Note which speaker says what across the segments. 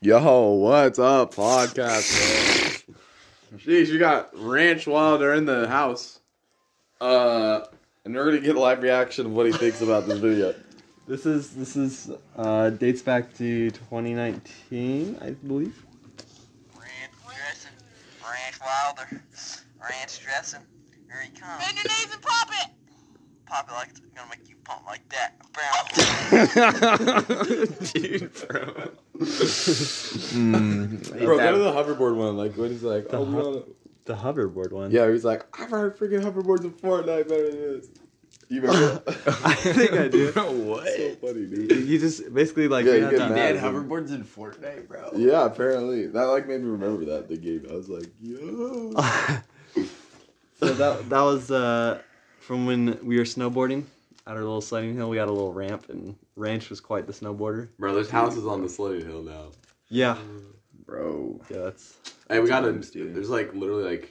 Speaker 1: Yo, what's up, podcast? man? Jeez, you got Ranch Wilder in the house. Uh, and we're gonna get a live reaction of what he thinks about this video.
Speaker 2: This is this is uh, dates back to 2019, I believe.
Speaker 3: Ranch dressing, ranch wilder, ranch dressing. Here he comes.
Speaker 4: Bend your knees and pop it.
Speaker 3: Pop it like it's gonna make you pump like that. Brown.
Speaker 1: Dude, bro. Bro, go to the hoverboard one. Like, what he's like, oh, we
Speaker 2: hu-
Speaker 1: wanna-
Speaker 2: The hoverboard one.
Speaker 1: yeah, he's like, I've heard freaking hoverboards in Fortnite better than this. You remember?
Speaker 2: I think I do.
Speaker 5: Bro, what?
Speaker 1: so funny, dude.
Speaker 2: You just basically like
Speaker 1: Yeah, you
Speaker 2: you're not
Speaker 1: get
Speaker 2: done.
Speaker 1: mad.
Speaker 5: They
Speaker 1: Yeah.
Speaker 5: had hoverboards in Fortnite, bro.
Speaker 1: Yeah, apparently that like made me remember that the game. I was like, yo.
Speaker 2: so that that was uh, from when we were snowboarding at our little sledding hill. We had a little ramp, and Ranch was quite the snowboarder.
Speaker 1: Bro, there's houses on the Slitted Hill now.
Speaker 2: Yeah,
Speaker 5: Bro.
Speaker 2: yeah, that's
Speaker 1: Hey, we got a.
Speaker 5: Times, dude.
Speaker 1: There's like literally like.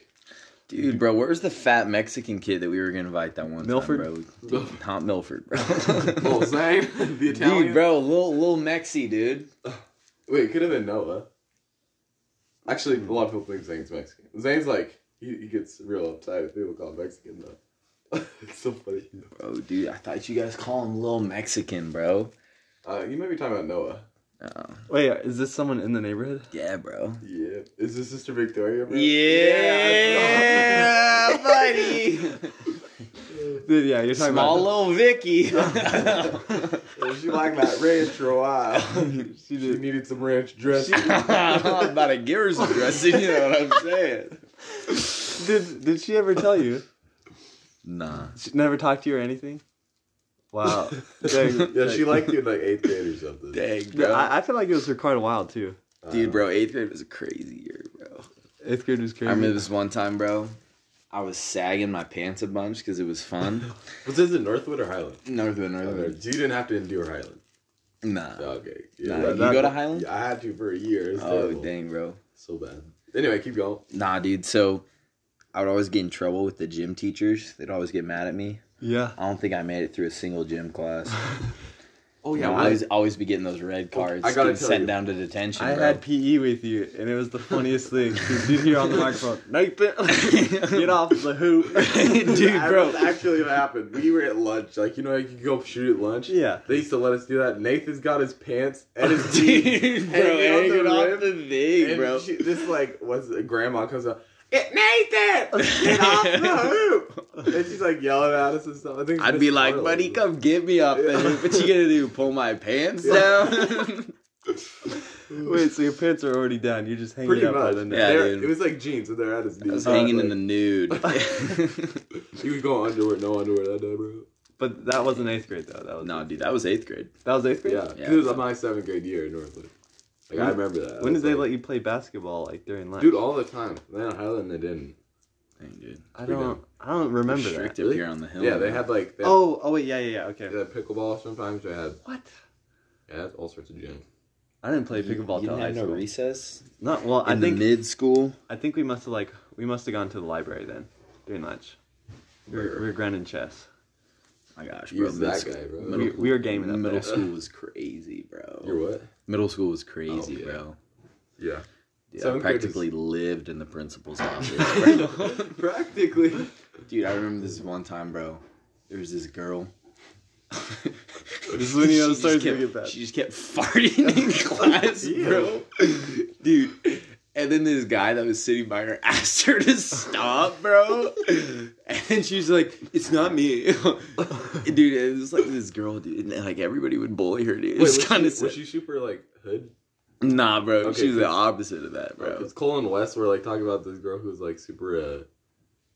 Speaker 5: Dude, bro, where's the fat Mexican kid that we were gonna invite that one
Speaker 2: Milford?
Speaker 5: time, bro? Dude, not Milford, bro.
Speaker 1: Little Zane, the Italian.
Speaker 5: dude, bro, little little Mexi, dude.
Speaker 1: Wait, it could have been Noah. Actually,
Speaker 5: Hmm.
Speaker 1: a lot of people think Zane's Mexican. Zane's like he, he gets real uptight if people call him Mexican though. it's so funny.
Speaker 5: Bro, dude, I thought you guys call him little Mexican, bro.
Speaker 1: Uh, you might be talking about Noah.
Speaker 5: Oh,
Speaker 2: wait. uh, Is this someone in the neighborhood?
Speaker 5: yeah, bro.
Speaker 1: Yeah. Is his sister Victoria? Bro?
Speaker 5: Yeah,
Speaker 1: Yeah,
Speaker 5: buddy.
Speaker 2: Dude, yeah, you're talking
Speaker 5: Small
Speaker 2: about.
Speaker 5: little Vicky.
Speaker 1: Well, she liked that ranch for a while. she, needed some ranch dressing.
Speaker 5: I'm not about to give her some dressing. You know what I'm saying?
Speaker 2: Did did she ever tell you?
Speaker 5: Nah.
Speaker 2: She never talked to you or anything. Wow. Dang,
Speaker 1: Uh, yeah, she liked you in like eighth grade or something.
Speaker 5: Dang,
Speaker 2: Yeah,
Speaker 5: bro.
Speaker 2: I, I feel like it was for quite a while too.
Speaker 5: Dude, bro, eighth grade was a crazy year, bro.
Speaker 2: Eighth grade was crazy.
Speaker 5: I remember this one time, bro. I was sagging my pants a bunch because it was fun.
Speaker 1: Was this in Northwood or Highland?
Speaker 5: Northwood,
Speaker 1: Okay,
Speaker 5: Northwood.
Speaker 1: so you didn't have to endure Highland.
Speaker 5: Nah.
Speaker 1: Okay.
Speaker 5: Nah,
Speaker 1: Yeah,
Speaker 5: you
Speaker 1: that-
Speaker 5: go to
Speaker 2: that-
Speaker 5: Highland?
Speaker 1: yeah, I had to for a year. It's
Speaker 5: oh,
Speaker 1: terrible.
Speaker 5: dang, bro.
Speaker 1: So bad. Anyway, keep going.
Speaker 5: Nah, dude. So I would always get in trouble with the gym teachers. They'd always get mad at me.
Speaker 2: Yeah.
Speaker 5: I don't think I made it through a single gym class.
Speaker 1: Oh
Speaker 5: yeah, I always, always be getting those red cards.
Speaker 1: I gotta
Speaker 5: getting
Speaker 1: tell
Speaker 5: sent
Speaker 1: you.
Speaker 5: down to detention.
Speaker 2: I
Speaker 5: bro.
Speaker 2: had PE with you, and it was the funniest thing. 'cause You'd hear on the microphone, Nathan, get off the hoop.
Speaker 5: Dude,
Speaker 1: That
Speaker 5: bro.
Speaker 1: was actually what happened. We were at lunch. Like, you know, you could go shoot at lunch.
Speaker 2: Yeah.
Speaker 1: They used to let us do that. Nathan's got his pants and his jeans.
Speaker 5: Dude, bro,
Speaker 1: Hanging on
Speaker 5: hanging
Speaker 1: the
Speaker 5: off
Speaker 1: rim,
Speaker 5: the thing,
Speaker 1: and
Speaker 5: bro.
Speaker 1: she- this, like, was grandma comes up, Get Nathan! Get off the hoop! And she's, like, yelling at us and stuff. I think
Speaker 5: I'd
Speaker 1: Miss
Speaker 5: be like,
Speaker 1: Carla
Speaker 5: buddy,
Speaker 1: was-
Speaker 5: come get me off the hoop. What you gonna do? Pull my pants
Speaker 1: Yeah.
Speaker 5: down?
Speaker 2: Wait, so your pants are already down. You're just hanging
Speaker 1: Pretty
Speaker 2: up
Speaker 1: much.
Speaker 2: by the neck.
Speaker 5: Yeah,
Speaker 1: They're-
Speaker 5: dude.
Speaker 1: It was like jeans, and they're at his knees.
Speaker 5: I was hanging in the nude.
Speaker 1: You could go underwear, no underwear that day, bro.
Speaker 2: But that wasn't eighth grade, though. That was,
Speaker 5: no, dude, that was eighth grade.
Speaker 2: that was eighth grade?
Speaker 1: Yeah, 'cause
Speaker 5: Yeah.
Speaker 1: it was my seventh grade year in Northwood. Like, I remember that. I
Speaker 2: When
Speaker 1: was
Speaker 2: did they
Speaker 1: like-
Speaker 2: let you play basketball, like, during lunch?
Speaker 1: Dude, all the time. Then at Highland, they didn't.
Speaker 5: Dang, dude.
Speaker 2: I
Speaker 1: we
Speaker 2: don't, I don't remember that.
Speaker 5: Restrictive
Speaker 1: Really?
Speaker 5: here on the hill.
Speaker 1: Yeah, they
Speaker 5: bro.
Speaker 1: had like they had,
Speaker 2: Oh, oh, wait, yeah, yeah, yeah, okay.
Speaker 1: they had pickleball sometimes. They had
Speaker 2: What?
Speaker 1: yeah, they had all sorts of gyms.
Speaker 2: I didn't play
Speaker 5: You-
Speaker 2: pickleball
Speaker 5: You
Speaker 2: till
Speaker 5: didn't
Speaker 2: high
Speaker 5: have no
Speaker 2: school.
Speaker 5: recess.
Speaker 2: Not well. I
Speaker 5: In
Speaker 2: think
Speaker 5: mid school.
Speaker 2: I think we must have like we must have gone to the library then during lunch. We were, we were grinding chess.
Speaker 5: My gosh,
Speaker 1: You
Speaker 5: bro.
Speaker 1: was that
Speaker 5: mid-
Speaker 1: guy, bro.
Speaker 2: We, we were gaming up
Speaker 5: middle
Speaker 2: there.
Speaker 5: school was crazy, bro.
Speaker 1: You're what?
Speaker 5: Middle school was crazy,
Speaker 1: yeah.
Speaker 5: bro.
Speaker 1: Yeah.
Speaker 5: Dude, I
Speaker 1: Seventh grade is-
Speaker 5: practically lived in the principal's office. bro.
Speaker 2: Oh,
Speaker 1: Practically.
Speaker 5: Dude, I remember this one time, bro. There was this girl.
Speaker 2: This is when you know the
Speaker 5: She just
Speaker 2: stories
Speaker 5: kept-
Speaker 2: gonna get bad.
Speaker 5: She just kept farting in class, bro. Dude. And then this guy that was sitting by her asked her to stop, bro. And she's like, it's not me. dude, it was like this girl, dude. And like everybody would bully her, dude. It
Speaker 1: Wait,
Speaker 5: was
Speaker 1: was,
Speaker 5: kind of
Speaker 1: she, was she super like hood?
Speaker 5: Nah, bro.
Speaker 1: Okay,
Speaker 5: she was the
Speaker 1: cause-
Speaker 5: opposite of that, bro.
Speaker 1: Because Cole and Wes were like talking about this girl who's like super. uh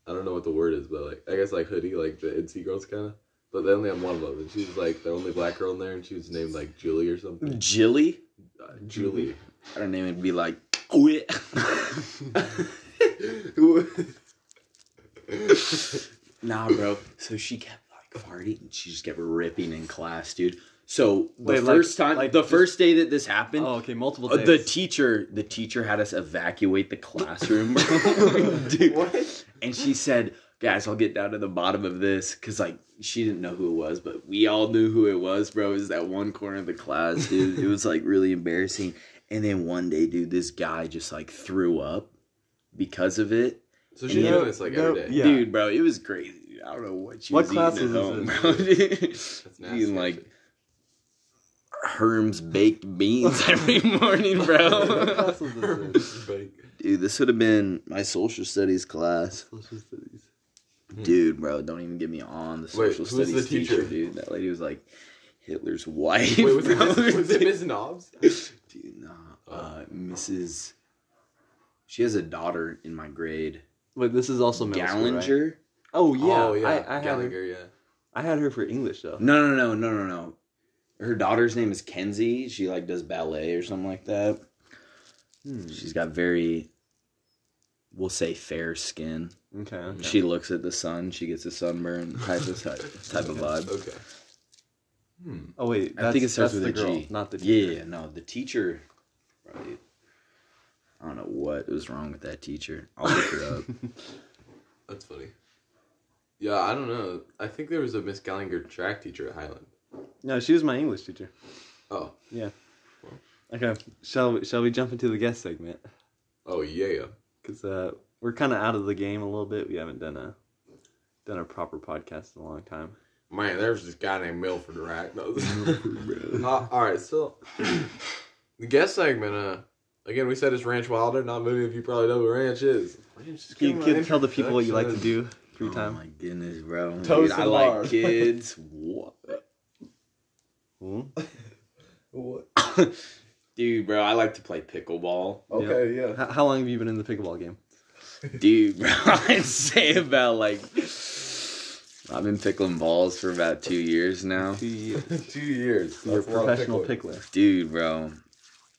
Speaker 1: I don't know what the word is, but like I guess like hoodie, like the NC girls kind of. But they only have one of them, and she was like the only black girl in there, and she was named like Julie or something.
Speaker 5: Jilly?
Speaker 1: Uh, Julie.
Speaker 5: I don't even be like, quit. Nah, bro. So she kept like farting and she just kept ripping in class, dude. So the
Speaker 2: Wait, like-
Speaker 5: first time,
Speaker 2: like
Speaker 5: the
Speaker 2: just-
Speaker 5: first day that this happened,
Speaker 2: Oh, okay, multiple
Speaker 5: uh, the
Speaker 2: days.
Speaker 5: teacher, the teacher had us evacuate the classroom, bro. dude.
Speaker 1: what?
Speaker 5: And she said, guys, I'll get down to the bottom of this because like she didn't know who it was, but we all knew who it was, bro. It was that one corner of the class, dude. it was like really embarrassing. And then one day, dude, this guy just like threw up because of it.
Speaker 1: So she's
Speaker 5: Yeah.
Speaker 1: doing this like every
Speaker 2: Yeah.
Speaker 1: day.
Speaker 5: Dude, bro, it was crazy. I don't know what she
Speaker 2: What
Speaker 5: was
Speaker 2: class
Speaker 5: eating at home,
Speaker 2: was
Speaker 5: bro. That's
Speaker 1: That's nasty.
Speaker 5: like
Speaker 1: actually.
Speaker 5: Herm's baked beans every morning,
Speaker 2: What
Speaker 5: bro.
Speaker 2: class was this in?
Speaker 5: Dude, this would have been my social studies class.
Speaker 2: Social studies.
Speaker 5: Dude, bro, don't even get me on the
Speaker 1: Hmm. Wait,
Speaker 5: social
Speaker 1: who was
Speaker 5: studies
Speaker 1: the
Speaker 5: teacher?
Speaker 1: teacher?
Speaker 5: dude. That lady was like Hitler's wife.
Speaker 1: Wait, Oh. was it,
Speaker 5: bro.
Speaker 1: Miss, was it Miss Knobs?
Speaker 5: Dude, nah. Uh, Mrs. She has a daughter in my grade.
Speaker 2: Wait, this is also middle school, right?
Speaker 5: Gallinger?
Speaker 2: Oh yeah,
Speaker 1: oh yeah,
Speaker 2: I, I had her.
Speaker 1: Gallagher. Yeah.
Speaker 2: I had her for English though.
Speaker 5: No, no, no, no, no, no. Her daughter's name is Kenzie. She like does ballet or something like that.
Speaker 2: Hmm.
Speaker 5: She's got very, we'll say, fair skin.
Speaker 2: Okay. okay.
Speaker 5: She looks at the sun. She gets a sunburn type of type, type of vibe.
Speaker 1: Okay. Hmm.
Speaker 2: Oh wait,
Speaker 5: I think it starts with
Speaker 2: the
Speaker 5: a G.
Speaker 2: girl, not the
Speaker 5: Yeah,
Speaker 2: teacher.
Speaker 5: yeah, no, the teacher. Probably, I don't know what was wrong with that teacher. I'll look her up.
Speaker 1: That's funny. Yeah, I don't know. I think there was a Miss Gallagher track teacher at Highland.
Speaker 2: No, she was my English teacher.
Speaker 1: Oh,
Speaker 2: Okay, shall shall we jump into the guest segment?
Speaker 1: oh yeah, yeah.
Speaker 2: Because uh, we're kind of out of the game a little bit. We haven't done a done a proper podcast in a long time.
Speaker 1: Man, there's this guy named Milford Rack. No. uh, all right, so the guest segment. Uh, again, we said it's Ranch Wilder. Not many of you probably know what Ranch is. Ranch is
Speaker 2: Can you
Speaker 1: kind of
Speaker 2: can
Speaker 1: an
Speaker 2: tell the people what you like to
Speaker 1: introduction.
Speaker 2: do free
Speaker 5: Oh
Speaker 2: time?
Speaker 5: my goodness, bro.
Speaker 1: Toast
Speaker 5: Dude,
Speaker 1: and
Speaker 5: I like
Speaker 1: lard.
Speaker 5: kids. What?
Speaker 2: Hmm?
Speaker 1: What?
Speaker 5: Dude, bro, I like to play pickleball.
Speaker 1: Okay, yeah.
Speaker 2: How, how long have you been in the pickleball game?
Speaker 5: Dude, bro, I'd say about like. I've been pickling balls for about two years now.
Speaker 2: Two years.
Speaker 1: Two years.
Speaker 2: You're a
Speaker 1: That's a lot of
Speaker 2: professional
Speaker 1: pickling.
Speaker 2: pickler.
Speaker 5: Dude, bro,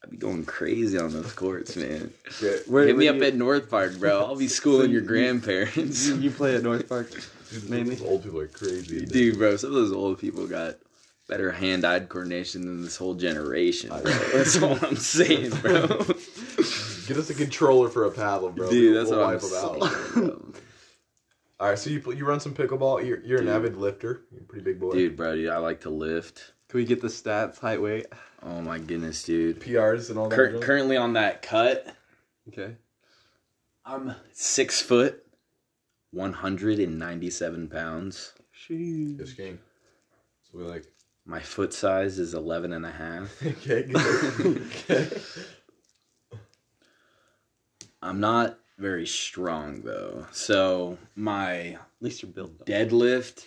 Speaker 5: I'd be going crazy on those courts, man.
Speaker 1: Shit.
Speaker 2: Where,
Speaker 5: Hit me
Speaker 2: where
Speaker 5: up
Speaker 2: do
Speaker 5: at North Park, bro. I'll be schooling your
Speaker 2: you-
Speaker 5: grandparents.
Speaker 2: you, you play at North Park.
Speaker 1: Dude, those
Speaker 2: Mainly.
Speaker 1: Old people are crazy.
Speaker 5: Dude, bro, some of those old people got better hand-eye coordination than this whole generation, bro. That's all I'm saying, bro.
Speaker 1: Get us a controller for a paddle, bro.
Speaker 5: Dude, that's
Speaker 1: We'll
Speaker 5: what I'm
Speaker 1: wipe 'em out.
Speaker 5: saying. bro.
Speaker 1: All right, so you pl- you run some pickleball. You're, you're an avid lifter. You're a pretty big boy.
Speaker 5: Dude, bro, dude, I like to lift.
Speaker 2: Can we get the stats, height, weight?
Speaker 5: Oh my goodness, dude.
Speaker 1: PRs and all that.
Speaker 5: Cur-
Speaker 1: junk.
Speaker 5: currently on that cut,
Speaker 2: Okay.
Speaker 5: I'm six foot, 197 pounds.
Speaker 1: Yes, gang. So we like.
Speaker 5: My foot size is 11 and a half.
Speaker 1: Okay. okay.
Speaker 5: I'm not very strong, though. So my
Speaker 2: At least you're built. up.
Speaker 5: deadlift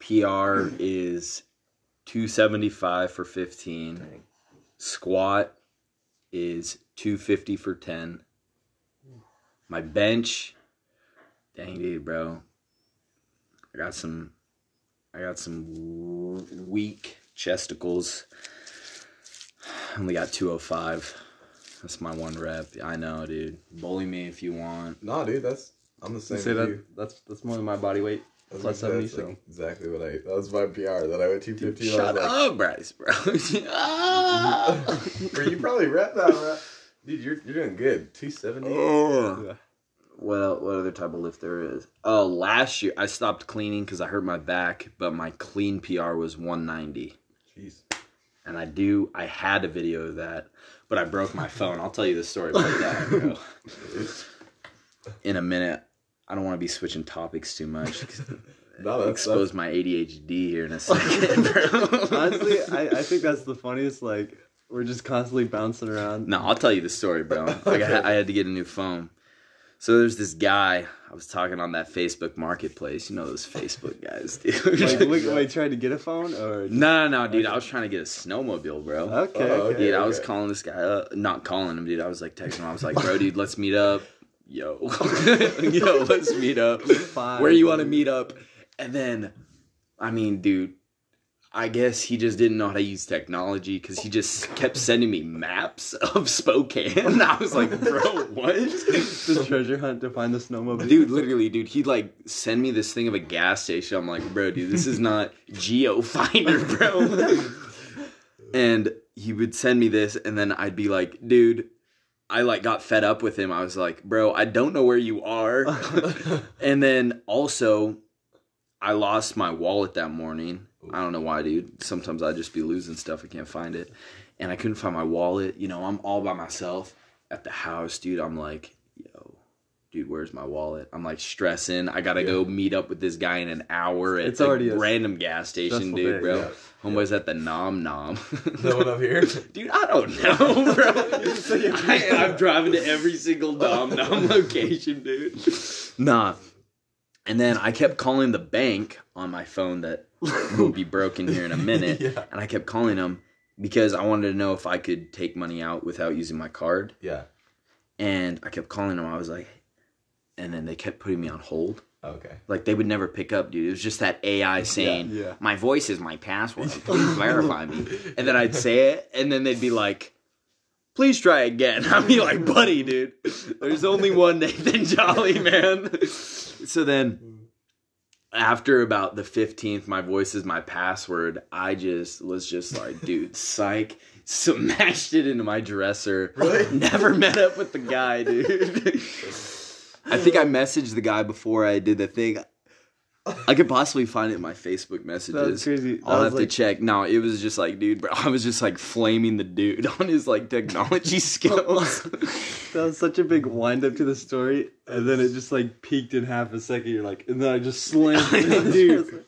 Speaker 5: PR is 275 for 15. Squat is 250 for 10. My bench, dang dude, bro. I got some, I got some w- weak chesticles. Only got 205. That's my one rep. I know, dude. Bully me if you want.
Speaker 1: nah, dude, that's I'm the same.
Speaker 2: Say
Speaker 1: as
Speaker 2: that-
Speaker 1: you.
Speaker 2: that's that's more than my body weight.
Speaker 1: I was
Speaker 2: plus
Speaker 1: gonna say,
Speaker 2: 70,
Speaker 1: that's, like, exactly what I. That was my PR. That I went 250. and I
Speaker 5: Shut
Speaker 1: was like,
Speaker 5: up, Bryce, bro. Ah!
Speaker 1: Bro, you probably rep that, bro. Dude, you're you're doing good. 270.
Speaker 5: Oh. Ugh.
Speaker 2: Yeah.
Speaker 5: What el- what other type of lift there is? Oh, last year I stopped cleaning because I hurt my back, but my clean PR was 190,
Speaker 1: Jeez.
Speaker 5: and I do I had a video of that, but I broke my phone. I'll tell you the story about that bro. in a minute. I don't want to be switching topics too much.
Speaker 1: No, that's, that's
Speaker 5: Expose my ADHD here in a second, bro.
Speaker 2: Honestly, I, I think that's the funniest. Like we're just constantly bouncing around.
Speaker 5: No, I'll tell you the story, bro. Like I, I had to get a new phone. So there's this guy I was talking on that Facebook Marketplace. You know those Facebook guys, dude.
Speaker 2: Like, wait, wait, trying to get a phone or
Speaker 5: no, no, no, dude. I was trying to get a snowmobile, bro.
Speaker 2: okay,
Speaker 1: Oh,
Speaker 2: okay.
Speaker 5: dude, I was
Speaker 1: okay.
Speaker 5: calling this guy up. Not calling him, dude. I was like texting him. I was like, bro, dude, let's meet up. Yo, yo, let's meet up.
Speaker 2: Fine,
Speaker 5: Where you want to
Speaker 2: dude.
Speaker 5: meet up? And then, I mean, dude, I guess he just didn't know how to use technology because he just kept sending me maps of Spokane. I was like, bro, what?
Speaker 2: the treasure hunt to find the snowmobile.
Speaker 5: Dude, literally, dude, he'd like send me this thing of a gas station. I'm like, bro, dude, this is not GeoFinder, bro. and he would send me this, and then I'd be like, dude, I like got fed up with him. I was like, bro, I don't know where you are. and then also, I lost my wallet that morning. I don't know why, dude. Sometimes I just be losing stuff. I can't find it. And I couldn't find my wallet. You know, I'm all by myself at the house, dude. I'm like, yo, dude, where's my wallet? I'm like stressing. I gotta go meet up with this guy in an hour at
Speaker 2: It's
Speaker 5: a
Speaker 2: already a
Speaker 5: random gas station,
Speaker 2: stressful
Speaker 5: dude,
Speaker 2: day,
Speaker 5: bro.
Speaker 2: yeah.
Speaker 5: Homeboy's at the Nom Nom.
Speaker 1: No one up here.
Speaker 5: Dude, I don't know, bro. I, I'm driving to every single Dom Dom location, dude. Nah. And then I kept calling the bank on my phone that will be broken here in a minute.
Speaker 1: Yeah.
Speaker 5: And I kept calling them because I wanted to know if I could take money out without using my card.
Speaker 1: Yeah.
Speaker 5: And I kept calling them. I was like, and then they kept putting me on hold.
Speaker 1: Okay.
Speaker 5: Like they would never pick up, dude. It was just that AI saying,
Speaker 2: yeah.
Speaker 5: "My voice is my password. Please verify me." And then I'd say it, and then they'd be like, "Please try again." I'd be like, "Buddy, dude, there's only one Nathan Jolly, man." So then, after about the fifteenth, my voice is my password. I just was just like, "Dude, psych." Smashed it into my dresser.
Speaker 1: Really?
Speaker 5: Never met up with the guy, dude. I think I messaged the guy before I did the thing. I could possibly find it in my Facebook messages.
Speaker 2: crazy. That
Speaker 5: I'll
Speaker 2: was
Speaker 5: have to
Speaker 2: like-
Speaker 5: check. No, it was just like, dude, bro, I was just like flaming the dude on his like technology skills.
Speaker 2: That was such a big wind up to the story, and then it just like peaked in half a second. You're like, and then I just slammed it, dude.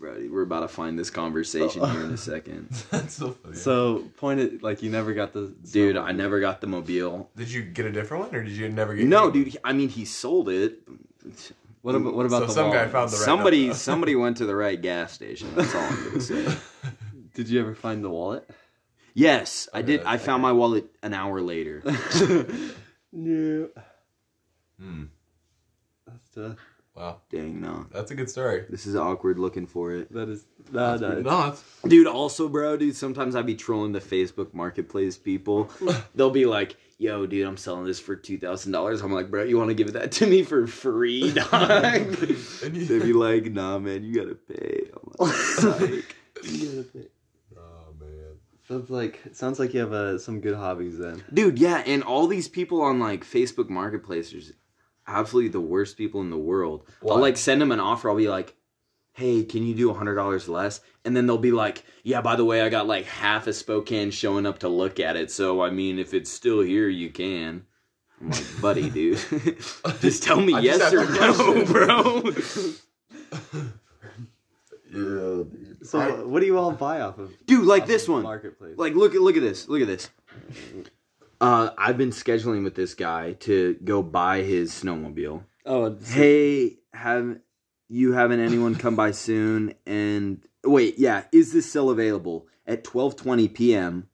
Speaker 5: bro, we're about to find this conversation here in a second.
Speaker 1: That's so funny.
Speaker 2: So point it like you never got the
Speaker 5: Dude, I never got the mobile.
Speaker 1: did you get a different one, or did you never get?
Speaker 5: No,
Speaker 1: any?
Speaker 5: dude, he- I mean, he sold it.
Speaker 2: What about what about
Speaker 1: So
Speaker 2: the
Speaker 1: some guy
Speaker 2: wallet?
Speaker 1: found the right
Speaker 5: somebody
Speaker 1: number.
Speaker 5: somebody went to the right gas station. That's all I'm going to say.
Speaker 2: Did you ever find the wallet?
Speaker 5: Yes, I did.
Speaker 1: Okay,
Speaker 5: I found
Speaker 1: okay.
Speaker 5: my wallet an hour later.
Speaker 2: no.
Speaker 1: Hmm.
Speaker 2: That's tough.
Speaker 1: Wow,
Speaker 5: Dang, no.
Speaker 1: that's a good story.
Speaker 5: This is awkward looking for it.
Speaker 2: That is nah, nah, it's-
Speaker 1: not.
Speaker 5: Dude, also, bro, dude, sometimes I be trolling the Facebook marketplace people. They'll be like, yo, dude, I'm selling this for $2,000. I'm like, bro, you want to give that to me for free, dog?
Speaker 1: And
Speaker 5: They'd be
Speaker 1: you,
Speaker 5: like, nah, man, you got to pay. I'm like, "Psych."
Speaker 1: oh man.
Speaker 2: Sounds like sounds like you have uh, some good hobbies then.
Speaker 5: dude, yeah, and all these people on like Facebook marketplace are absolutely the worst people in the world.
Speaker 1: Why?
Speaker 5: I'll like send them an offer. I'll be like, hey, can you do $100 less? And then they'll be like, yeah, by the way, I got like half of Spokane showing up to look at it. So, I mean, if it's still here, you can. I'm like, buddy, dude, just tell me
Speaker 1: I just
Speaker 5: yes
Speaker 1: have
Speaker 5: or
Speaker 1: a
Speaker 5: no,
Speaker 1: question.
Speaker 5: bro.
Speaker 1: Yeah.
Speaker 2: So
Speaker 1: I-
Speaker 2: what do you all buy off of?
Speaker 5: Dude, like
Speaker 2: off
Speaker 5: this
Speaker 2: of
Speaker 5: one.
Speaker 2: marketplace.
Speaker 5: Like, look at look at this. Look at this. Uh, I've been scheduling with this guy to go buy his snowmobile.
Speaker 2: oh, it's-
Speaker 5: hey have you having anyone come by soon and wait yeah is this still available at 12.20 p.m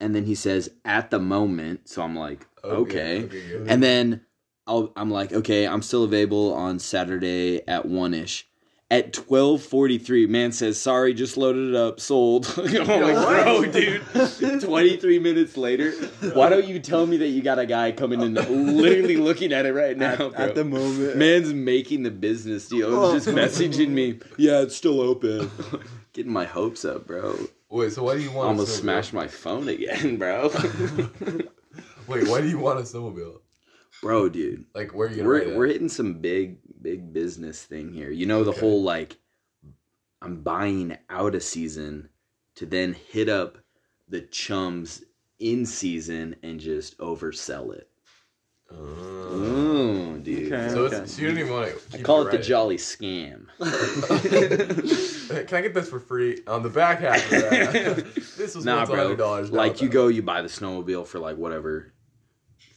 Speaker 5: and then he says at the moment so i'm like okay,
Speaker 1: okay.
Speaker 5: and then I'll, i'm like okay i'm still available on saturday at 1ish at 12.43 man says sorry just loaded it up sold i'm like bro dude 23 minutes later why don't you tell me that you got a guy coming in literally looking Oh. at it right now
Speaker 2: at,
Speaker 5: bro?
Speaker 2: at the moment.
Speaker 5: Man's making the business deal. He's just messaging me. Oh. Yeah, it's still open. Getting my hopes up, bro.
Speaker 1: Wait. So why do you want?
Speaker 5: Almost
Speaker 1: a snowmobile?
Speaker 5: smashed my phone again, bro.
Speaker 1: Wait. Why do you want a snowmobile?
Speaker 5: bro, dude,
Speaker 1: Like where are you gonna? ride
Speaker 5: we're
Speaker 1: it?
Speaker 5: we're hitting some big big business thing here. You know the
Speaker 1: Okay.
Speaker 5: whole like, I'm buying out a season to then hit up the chums in season and just oversell it.
Speaker 1: Oh.
Speaker 5: Oh, dude.
Speaker 2: Okay.
Speaker 1: So, it's, so you don't even want to.
Speaker 5: I
Speaker 1: keep
Speaker 5: call it the
Speaker 1: right.
Speaker 5: jolly scam.
Speaker 1: Can I get this for free on the back half of that? this was
Speaker 5: nah,
Speaker 1: once
Speaker 5: bro.
Speaker 1: hundred dollars.
Speaker 5: Like you go, you buy the snowmobile for like whatever,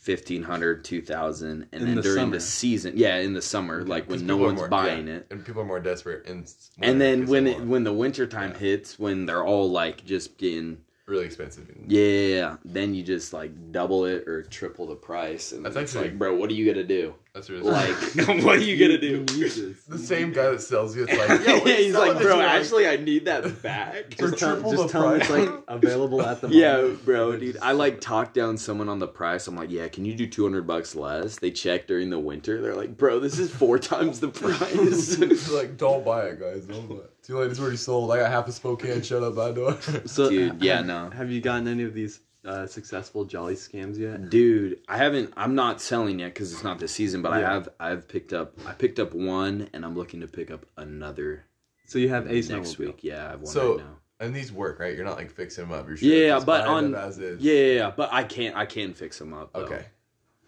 Speaker 5: 1500 2000 and
Speaker 2: In
Speaker 5: then
Speaker 2: the
Speaker 5: during
Speaker 2: summer.
Speaker 5: the season, yeah, in the summer, like when no one's buying it.
Speaker 1: and people are more desperate, and
Speaker 5: And then when it,
Speaker 1: when
Speaker 5: when the winter time
Speaker 1: Yeah.
Speaker 5: hits, when they're all like just getting
Speaker 1: really expensive. and-
Speaker 5: yeah, yeah, yeah, then you just like double it or triple the price, and
Speaker 1: That's
Speaker 5: it's
Speaker 1: actually-
Speaker 5: like, bro, what are you gonna do?
Speaker 1: That's really
Speaker 5: Like, what are you gonna do?
Speaker 2: Jesus.
Speaker 1: the same guy that sells you. It's like, yeah,
Speaker 5: yeah, he's like, bro,
Speaker 1: actually,
Speaker 5: actually, I need that back.
Speaker 1: For
Speaker 2: Just tell,
Speaker 1: triple
Speaker 2: just
Speaker 1: the
Speaker 2: tell him it's
Speaker 1: price.
Speaker 2: like available at the moment.
Speaker 5: Yeah, bro, dude. I like talk down someone on the price. I'm like, yeah, can you do 200 bucks less? They check during the winter. They're like, bro, this is four times the price.
Speaker 1: like, don't buy it, guys. Don't buy it. Too late. It's already sold. I got half a Spokane shut up my door.
Speaker 2: So
Speaker 5: Dude, yeah, no.
Speaker 2: Have you gotten any of these uh, successful Jolly scams yet?
Speaker 5: Dude, I haven't. I'm not selling yet because it's not this season. But I
Speaker 2: Yeah.
Speaker 5: have. I've picked up. I picked up one, and I'm looking to pick up another
Speaker 2: So you have Ace
Speaker 5: next week. Yeah, I have one
Speaker 1: So-
Speaker 5: right now.
Speaker 1: And these work, right? You're not like fixing them up. You're
Speaker 5: Yeah, yeah,
Speaker 1: just
Speaker 5: but
Speaker 1: buying
Speaker 5: on-
Speaker 1: them as is.
Speaker 5: Yeah, yeah, yeah, but I can't. I can fix them up. though.
Speaker 1: Okay.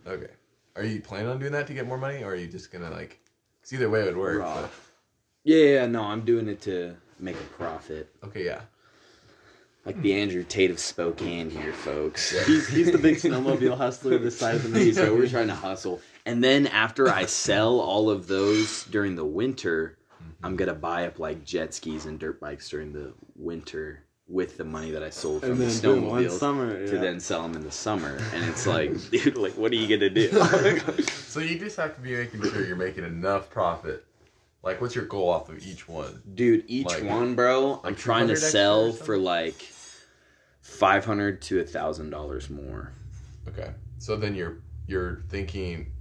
Speaker 1: Okay. Are you planning on doing that to get more money, or are you just gonna like? Cause either way it would work.
Speaker 5: Raw.
Speaker 1: but-
Speaker 5: Yeah, yeah, no, I'm doing it to make a profit,
Speaker 1: okay, yeah.
Speaker 5: like the Andrew Tate of Spokane here, folks.
Speaker 1: Yeah.
Speaker 2: He's, he's the big snowmobile hustler this side of the nation.
Speaker 5: so we're trying to hustle. And then after I sell all of those during the winter, I'm gonna buy up like jet skis and dirt bikes during the winter with the money that I sold from
Speaker 2: And
Speaker 5: the
Speaker 2: then boom, one
Speaker 5: snowmobiles
Speaker 2: summer.
Speaker 5: to
Speaker 2: yeah.
Speaker 5: then sell them in the summer. And it's like, dude, like what are you gonna do?
Speaker 1: So you just have to be making sure you're making enough profit. Like, what's your goal off of each one?
Speaker 5: Dude, each
Speaker 1: Like-
Speaker 5: one, bro, I'm
Speaker 1: like
Speaker 5: trying
Speaker 1: 200
Speaker 5: to
Speaker 1: extra or
Speaker 5: sell
Speaker 1: something?
Speaker 5: for like five hundred to a thousand dollars more.
Speaker 1: Okay. So then you're you're thinking.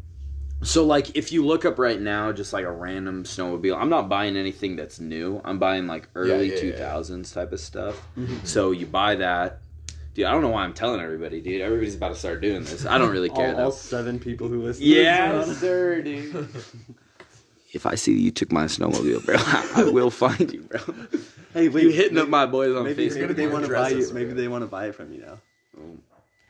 Speaker 5: So like if you look up right now just like a random snowmobile, I'm not buying anything that's new. I'm buying like early
Speaker 1: yeah, yeah,
Speaker 5: two
Speaker 1: yeah.
Speaker 5: thousands type of stuff.
Speaker 2: Mhm.
Speaker 5: So you buy that. Dude, I don't know why I'm telling everybody, dude. Everybody's about to start doing this. I don't really care
Speaker 2: all, all
Speaker 5: though.
Speaker 2: seven people who listen. to this
Speaker 5: Yeah,
Speaker 2: are on-
Speaker 5: sir, dude. If I see that you took my snowmobile, bro, I will find you, bro.
Speaker 2: Hey, wait.
Speaker 5: you hitting up
Speaker 2: maybe-
Speaker 5: my boys on
Speaker 2: Maybe,
Speaker 5: Facebook.
Speaker 2: maybe they
Speaker 1: Mark
Speaker 2: want to buy you.
Speaker 1: dresses.
Speaker 2: Maybe they want to buy it from you now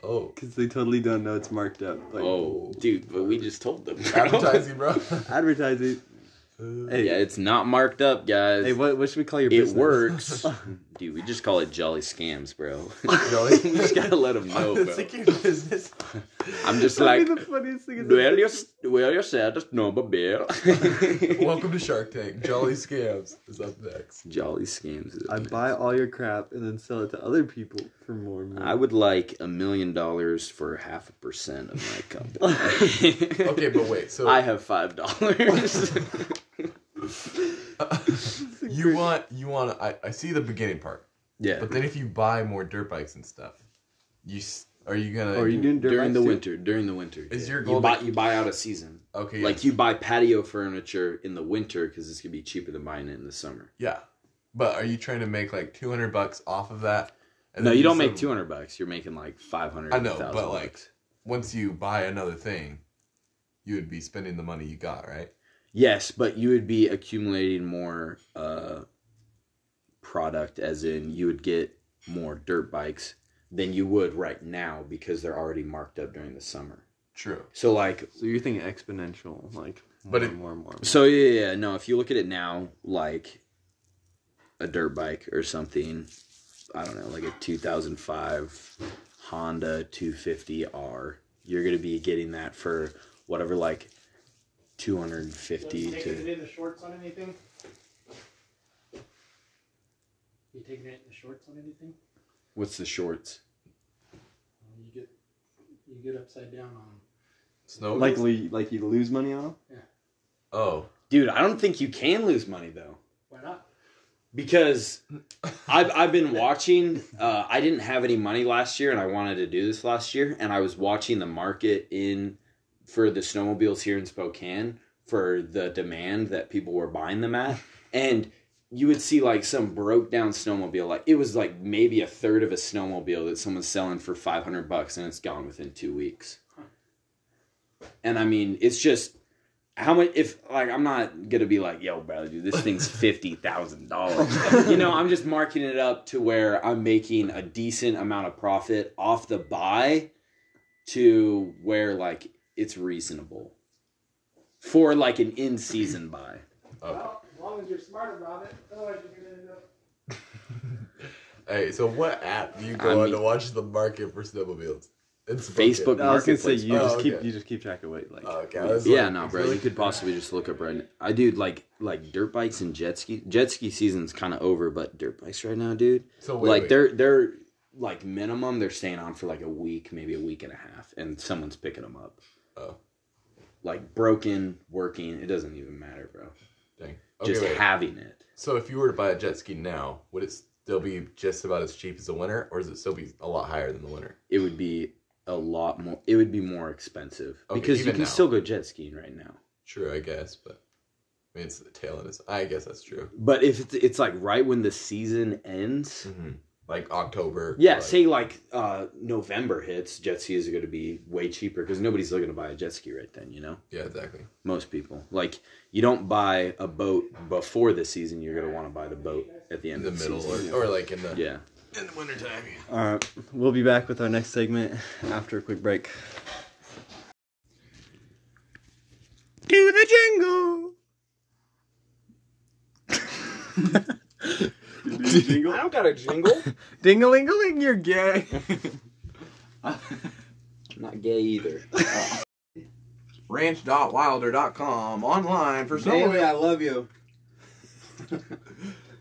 Speaker 1: Oh,
Speaker 2: because they totally don't know it's marked up. Like,
Speaker 5: Oh, dude, but we just told them. bro.
Speaker 1: advertising, bro.
Speaker 2: advertising. Hey,
Speaker 5: Yeah, it's not marked up, guys.
Speaker 2: hey, what, what should we call your
Speaker 5: it
Speaker 2: business?
Speaker 5: works. Dude, we just call it Jolly Scams, bro. we just
Speaker 1: Really?
Speaker 5: gotta let them know, bro.
Speaker 1: Thinking business.
Speaker 5: I'm just
Speaker 2: That'd
Speaker 5: like,
Speaker 2: be the funniest thing. is-
Speaker 5: well, you're, well, you're sad, just number beer.
Speaker 1: Welcome to Shark Tank. Jolly Scams is up next.
Speaker 5: Jolly Scams. is
Speaker 2: I
Speaker 5: amazing.
Speaker 2: buy all your crap and then sell it to other people for more money.
Speaker 5: I would like a million dollars for half a percent of my company.
Speaker 1: Okay, but wait. So
Speaker 5: I have five dollars.
Speaker 1: you want you want I, I see the beginning part,
Speaker 5: yeah.
Speaker 1: but then if you buy more dirt bikes and stuff, you s- are you gonna?
Speaker 2: Or are you doing dirt
Speaker 5: During
Speaker 2: bikes
Speaker 5: the
Speaker 2: too?
Speaker 5: winter, during the winter,
Speaker 1: Is
Speaker 5: yeah.
Speaker 1: your
Speaker 5: you
Speaker 1: goal
Speaker 5: buy
Speaker 1: to-
Speaker 5: you buy out a season?
Speaker 1: okay?
Speaker 5: Like you buy patio furniture in the winter because it's gonna be cheaper than buying it in the summer.
Speaker 1: yeah, but are you trying to make like two hundred bucks off of that? And
Speaker 5: no,
Speaker 1: then
Speaker 5: you don't
Speaker 1: sell-
Speaker 5: make two hundred bucks. You're making like five hundred.
Speaker 1: I know, but like once you buy another thing, you would be spending the money you got, right?
Speaker 5: yes, but you would be accumulating more uh, product, as in you would get more dirt bikes than you would right now because they're already marked up during the summer.
Speaker 1: True.
Speaker 5: So like
Speaker 2: So you're thinking exponential, like more
Speaker 1: But it-
Speaker 2: and more and more.
Speaker 5: So yeah, yeah, yeah, no. If you look at it now, like a dirt bike or something, I don't know, like a 2005 Honda 250R, you're gonna be getting that for whatever, like 250
Speaker 4: you taking it
Speaker 5: to.
Speaker 4: in the shorts on anything? You taking it in the shorts on anything?
Speaker 5: What's the shorts?
Speaker 4: Uh, You get you get upside down on 'em.
Speaker 1: Snow.
Speaker 2: Like, li- like you lose money on them.
Speaker 1: oh,
Speaker 5: Dude, I don't think you can lose money though,
Speaker 4: Why not?
Speaker 5: because I've I've been watching. Uh, I didn't have any money last year, and I wanted to do this last year, and I was watching the market in for the snowmobiles here in Spokane for the demand that people were buying them at. And you would see like some broke down snowmobile, like it was like maybe a third of a snowmobile that someone's selling for 500 bucks and it's gone within two weeks. And I mean, it's just how much if like I'm not gonna be like, yo, brother, dude, this thing's fifty thousand dollars. You know, I'm just marking it up to where I'm making a decent amount of profit off the buy to where like it's reasonable for like an in season buy.
Speaker 1: okay.
Speaker 4: Well, as long as you're smart about it, otherwise you're gonna end up.
Speaker 1: Hey, so what app do you
Speaker 5: I
Speaker 1: go on
Speaker 5: mean-
Speaker 1: to watch the market for snowmobiles? It's
Speaker 5: Facebook
Speaker 2: I was gonna say
Speaker 5: Marketplace.
Speaker 2: you
Speaker 1: Oh,
Speaker 2: just keep
Speaker 1: okay.
Speaker 2: you just keep track of weight. Like
Speaker 1: Oh, Okay, I was
Speaker 5: Yeah,
Speaker 1: like,
Speaker 5: no,
Speaker 1: it's
Speaker 5: bro.
Speaker 1: really-
Speaker 5: You could possibly just look up right. Now. I dude like like dirt bikes and jet ski. Jet ski season's kind of over, but dirt bikes right now, dude.
Speaker 1: So wait,
Speaker 5: like
Speaker 1: wait.
Speaker 5: they're they're like minimum they're staying on for like a week, maybe a week and a half, and someone's picking them up.
Speaker 1: Oh.
Speaker 5: Like broken, working, it doesn't even matter, bro.
Speaker 1: Dang. Okay,
Speaker 5: just
Speaker 1: wait.
Speaker 5: having it.
Speaker 1: So if you were to buy a jet ski now, would it still be just about as cheap as the winter, or does it still be a lot higher than the winter?
Speaker 5: It would be a lot more. It would be more expensive
Speaker 1: Okay,
Speaker 5: because you
Speaker 1: even
Speaker 5: can
Speaker 1: now.
Speaker 5: still go jet skiing right now.
Speaker 1: True, I guess, but I mean, it's the tail end. Is, I guess that's true.
Speaker 5: But if it's it's like right when the season ends,
Speaker 1: Mm-hmm. like October.
Speaker 5: Yeah,
Speaker 1: like-
Speaker 5: say like uh, November hits, jet skis are going to be way cheaper because nobody's looking to buy a jet ski right then. You know,
Speaker 1: yeah, exactly.
Speaker 5: most people like you don't buy a boat before the season. You're going to want to buy the boat at the
Speaker 1: In
Speaker 5: end
Speaker 1: the
Speaker 5: of the
Speaker 1: middle
Speaker 5: season.
Speaker 1: or, or like in the
Speaker 5: yeah.
Speaker 1: in the wintertime.
Speaker 6: All right, uh, we'll be back with our next segment after a quick break. Do the jingle.
Speaker 7: I don't got a jingle.
Speaker 6: Ding-a-ling-a-ling, you're gay.
Speaker 7: I'm not gay either.
Speaker 2: Ranch.wilder.com online for
Speaker 7: Bailey,
Speaker 2: snowboarding.
Speaker 7: I love you.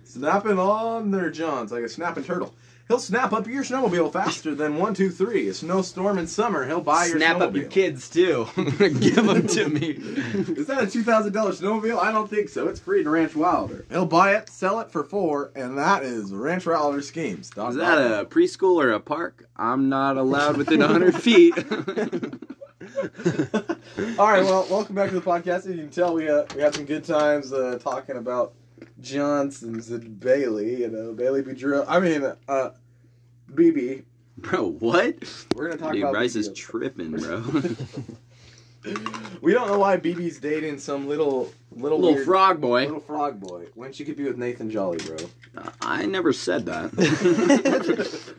Speaker 2: Snapping on their johns like a snapping turtle. He'll snap up your snowmobile faster than one, two, three. A snowstorm in summer, he'll buy your
Speaker 6: Snap
Speaker 2: snowmobile.
Speaker 6: up your kids too. Give them to me.
Speaker 2: Is that a two thousand dollar snowmobile? I don't think so. It's free to Ranch Wilder. He'll buy it, sell it for four, and that is Ranch Wilder schemes.
Speaker 5: Is that a preschool or a park? I'm not allowed within 100 feet.
Speaker 2: All right. Well, welcome back to the podcast. As you can tell, we uh, we had some good times uh, talking about Johnson's and Bailey. You know, Bailey Boudreaux. I mean, uh, BB.
Speaker 5: bro, what?
Speaker 2: We're gonna talk
Speaker 5: Dude,
Speaker 2: about
Speaker 5: Bryce
Speaker 2: BB.
Speaker 5: is tripping, bro.
Speaker 2: we don't know why BB's dating some little little
Speaker 5: Little
Speaker 2: weird-
Speaker 5: frog boy.
Speaker 2: Little frog boy. When she could be with Nathan Jolly, bro.
Speaker 5: I never said that.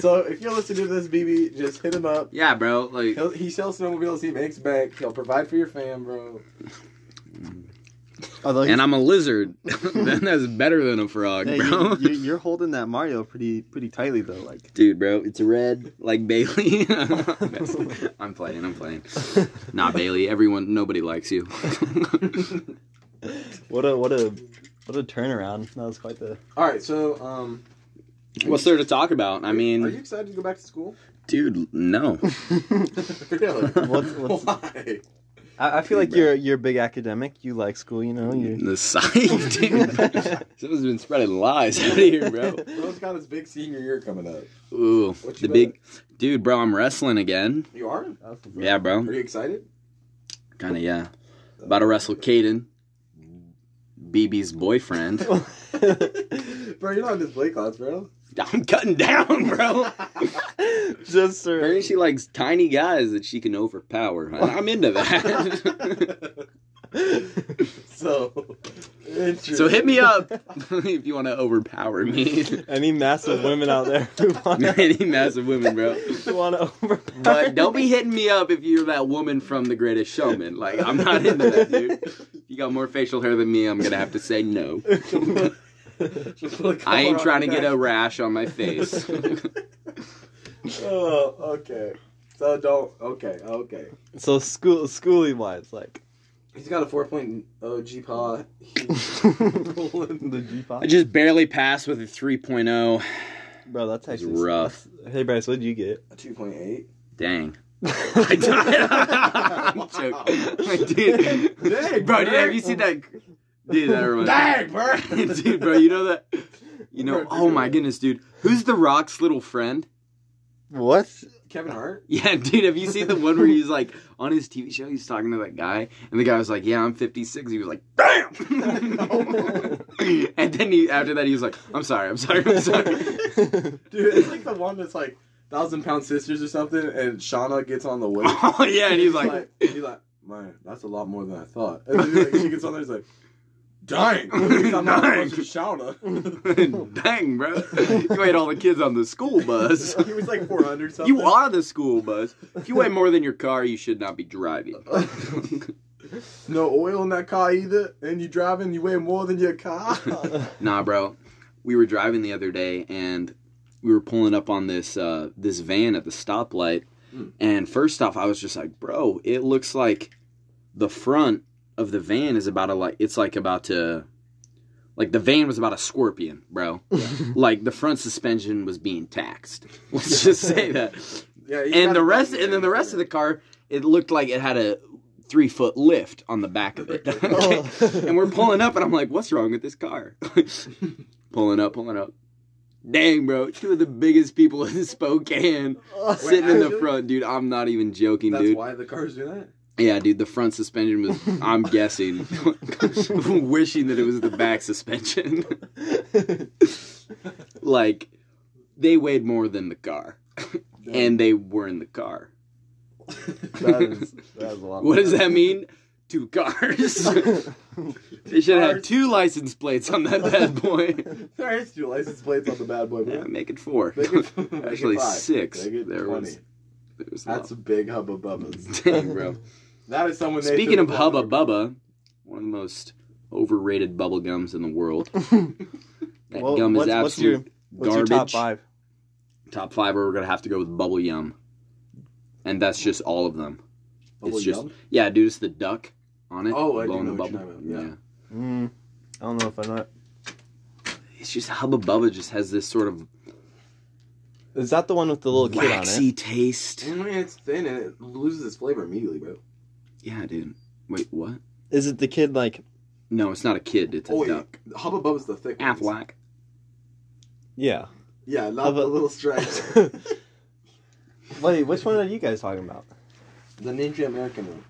Speaker 2: So if you're listening to this, BB, just hit him up.
Speaker 5: yeah, bro. Like,
Speaker 2: He'll, he sells snowmobiles. He makes bank. He'll provide for your fam, bro.
Speaker 6: Although
Speaker 5: and I'm a lizard. then that's better than a frog,
Speaker 6: Hey,
Speaker 5: bro.
Speaker 6: you, you, you're holding that Mario pretty pretty tightly though. Like
Speaker 5: Dude, bro, it's red like Bailey. I'm playing. I'm playing. Not Bailey. Everyone, nobody likes you.
Speaker 6: what a what a what a turnaround. That was quite the.
Speaker 2: All right, so um,
Speaker 5: What's there to talk about? I
Speaker 2: are you
Speaker 5: mean,
Speaker 2: excited to go back to school?
Speaker 5: dude, no.
Speaker 2: really?
Speaker 6: What's, what's,
Speaker 2: Why?
Speaker 6: I, I feel like you're you're a big academic. You like school, you know. You.
Speaker 5: The psych, dude. Someone's been spreading lies out of here, bro.
Speaker 2: Bro's got his big senior year coming up.
Speaker 5: Ooh,
Speaker 2: What you
Speaker 5: the big dude, bro. I'm wrestling again.
Speaker 2: You are?
Speaker 5: Yeah, bro.
Speaker 2: Are you excited?
Speaker 5: Kind of, yeah. About to wrestle Caden, BB's boyfriend.
Speaker 2: bro, you're not in this play class, bro.
Speaker 5: I'm cutting down, bro.
Speaker 6: Just sir.
Speaker 5: Apparently, she likes tiny guys that she can overpower. And I'm into that.
Speaker 2: so, it's
Speaker 5: so hit me up if you want to overpower me.
Speaker 6: Any massive women out there who want
Speaker 5: Any massive women, bro.
Speaker 6: who want to overpower?
Speaker 5: But don't be hitting me up if you're that woman from The Greatest Showman. Like, I'm not into that, dude. If you got more facial hair than me, I'm going to have to say no. I ain't trying to get a rash on my face.
Speaker 2: Oh, okay. So don't. Okay, okay.
Speaker 6: So school schooly wise, like
Speaker 2: He's got a 4.0 G paw.
Speaker 6: the G pop.
Speaker 5: I just barely passed with a oh. 3.0.
Speaker 6: Bro, that's
Speaker 5: It's
Speaker 6: actually
Speaker 5: rough.
Speaker 6: that's- hey Bryce, what'd you get?
Speaker 2: 2.8.
Speaker 5: Dang. I died. I'm joking. Dude.
Speaker 2: Dang,
Speaker 5: Bro, dude, have you seen that? Dude, that reminds
Speaker 2: Dang, bro.
Speaker 5: dude, bro, you know that? You know, oh my goodness, dude. Who's The Rock's little friend?
Speaker 6: What?
Speaker 2: Kevin Hart?
Speaker 5: Yeah, dude, have you seen the one where he's like on his TV show? He's talking to that guy, and the guy was like, "Yeah, I'm 56." He was like, "Bam!" and then he, after that, he was like, "I'm sorry, I'm sorry, I'm sorry."
Speaker 2: Dude, it's like the one that's like Thousand Pound Sisters or something, and Shauna gets on the weight.
Speaker 5: oh yeah, and he's
Speaker 2: He's
Speaker 5: like,
Speaker 2: he's like, man, that's a lot more than I thought. And then like, she gets on there, he's like, dang, I'm not as much as Shauna.
Speaker 5: "Dang, bro, you ate all the kids on the school bus."
Speaker 2: he was like 400 something.
Speaker 5: You are the school bus. If you weigh more than your car, you should not be driving.
Speaker 2: No oil in that car either, and you driving, you weigh more than your car.
Speaker 5: Nah, bro. We were driving the other day and we were pulling up on this uh, this van at the stoplight. And first off, I was just like, bro, it looks like the front of the van is about to like it's like about to like the van was about a scorpion, bro. like the front suspension was being taxed. Let's just say that.
Speaker 2: yeah, he's got
Speaker 5: And the
Speaker 2: a-
Speaker 5: rest and then the rest of the car, it looked like it had a three foot lift on the back of it. Okay?
Speaker 6: Oh.
Speaker 5: and we're pulling up, and I'm like, "What's wrong with this car?" pulling up, pulling up. Dang, bro, two of the biggest people in Spokane
Speaker 6: Oh,
Speaker 5: sitting in the
Speaker 2: actually?
Speaker 5: front, dude. I'm not even joking,
Speaker 2: That's
Speaker 5: dude.
Speaker 2: why the cars do that.
Speaker 5: Yeah, dude, the front suspension was, I'm guessing, wishing that it was the back suspension. like they weighed more than the car, and they were in the car.
Speaker 2: That is, that is a lot.
Speaker 5: What does that mean? Two cars. they should have two license plates on that bad boy.
Speaker 2: There is two license plates on the bad boy.
Speaker 5: Yeah,
Speaker 2: man.
Speaker 5: make it four.
Speaker 2: Make it- make it
Speaker 5: Actually,
Speaker 2: five.
Speaker 5: six.
Speaker 2: Make it
Speaker 5: There
Speaker 2: 20.
Speaker 5: was- There was a
Speaker 2: That's
Speaker 5: lot.
Speaker 2: a big hubba bubba.
Speaker 5: Dang, bro.
Speaker 2: That is someone. they
Speaker 5: Speaking
Speaker 2: should
Speaker 5: of
Speaker 2: have
Speaker 5: Hubba
Speaker 2: bought.
Speaker 5: Bubba, one of the most overrated bubble gums in the world. That
Speaker 6: Well,
Speaker 5: gum is
Speaker 6: what's-
Speaker 5: absolute
Speaker 6: what's your- What's
Speaker 5: garbage.
Speaker 6: your top five?
Speaker 5: Top five, or we're gonna have to go with Bubble Yum, and that's just all of them.
Speaker 2: Bubble
Speaker 5: it's just
Speaker 2: Yum?
Speaker 5: yeah, dude, it's the duck on it.
Speaker 2: Oh, I do
Speaker 5: blowing
Speaker 2: know
Speaker 5: the
Speaker 2: what you're
Speaker 5: bubble.
Speaker 2: talking about, yeah.
Speaker 6: Mm, I don't know if I know. it.
Speaker 5: it's just Hubba Bubba just has this sort of
Speaker 6: Is that the one with the little kid on
Speaker 5: waxy
Speaker 6: it?
Speaker 5: taste.
Speaker 2: And when it's thin, and it loses its flavor immediately, bro.
Speaker 5: Yeah, dude. Wait, what?
Speaker 6: Is it the kid like?
Speaker 5: No, it's not a kid. It's a
Speaker 2: Oh, yeah.
Speaker 5: duck.
Speaker 2: Hubba bubba's the thick. ones.
Speaker 5: Aflac.
Speaker 6: Yeah.
Speaker 2: Yeah, not
Speaker 6: Hubba-
Speaker 2: the little stripes.
Speaker 6: Wait, which one are you guys talking about?
Speaker 2: the Ninja American one.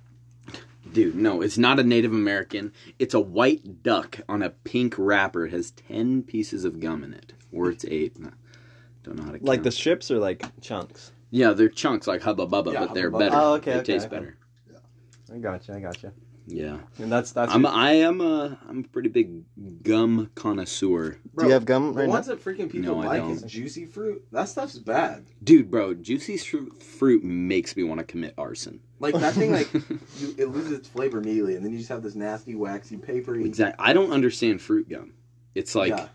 Speaker 5: Dude, no, it's not a Native American. It's a white duck on a pink wrapper. It has ten pieces of gum in it, or it's eight. I Don't know how to count.
Speaker 6: Like the strips or like chunks?
Speaker 5: yeah, they're chunks like Hubba Bubba,
Speaker 2: Yeah,
Speaker 5: but they're
Speaker 2: Hubba Bubba.
Speaker 5: better.
Speaker 6: Oh, okay,
Speaker 5: They
Speaker 6: okay,
Speaker 5: taste
Speaker 6: okay.
Speaker 5: better.
Speaker 6: I gotcha, I gotcha.
Speaker 5: Yeah,
Speaker 6: And that's that's.
Speaker 5: I'm.
Speaker 6: your-
Speaker 5: I am a. I'm a pretty big gum connoisseur,
Speaker 6: Do you have gum
Speaker 2: The
Speaker 6: right now?
Speaker 2: ones that freaking people
Speaker 5: No, I
Speaker 2: like
Speaker 5: don't.
Speaker 2: is juicy fruit. That stuff's bad.
Speaker 5: dude, bro. Juicy stru- fruit makes me want to commit arson.
Speaker 2: Like that thing, like you, it loses its flavor immediately, and then you just have this nasty, waxy, papery.
Speaker 5: Exactly. I don't understand fruit gum. It's like,
Speaker 2: yeah,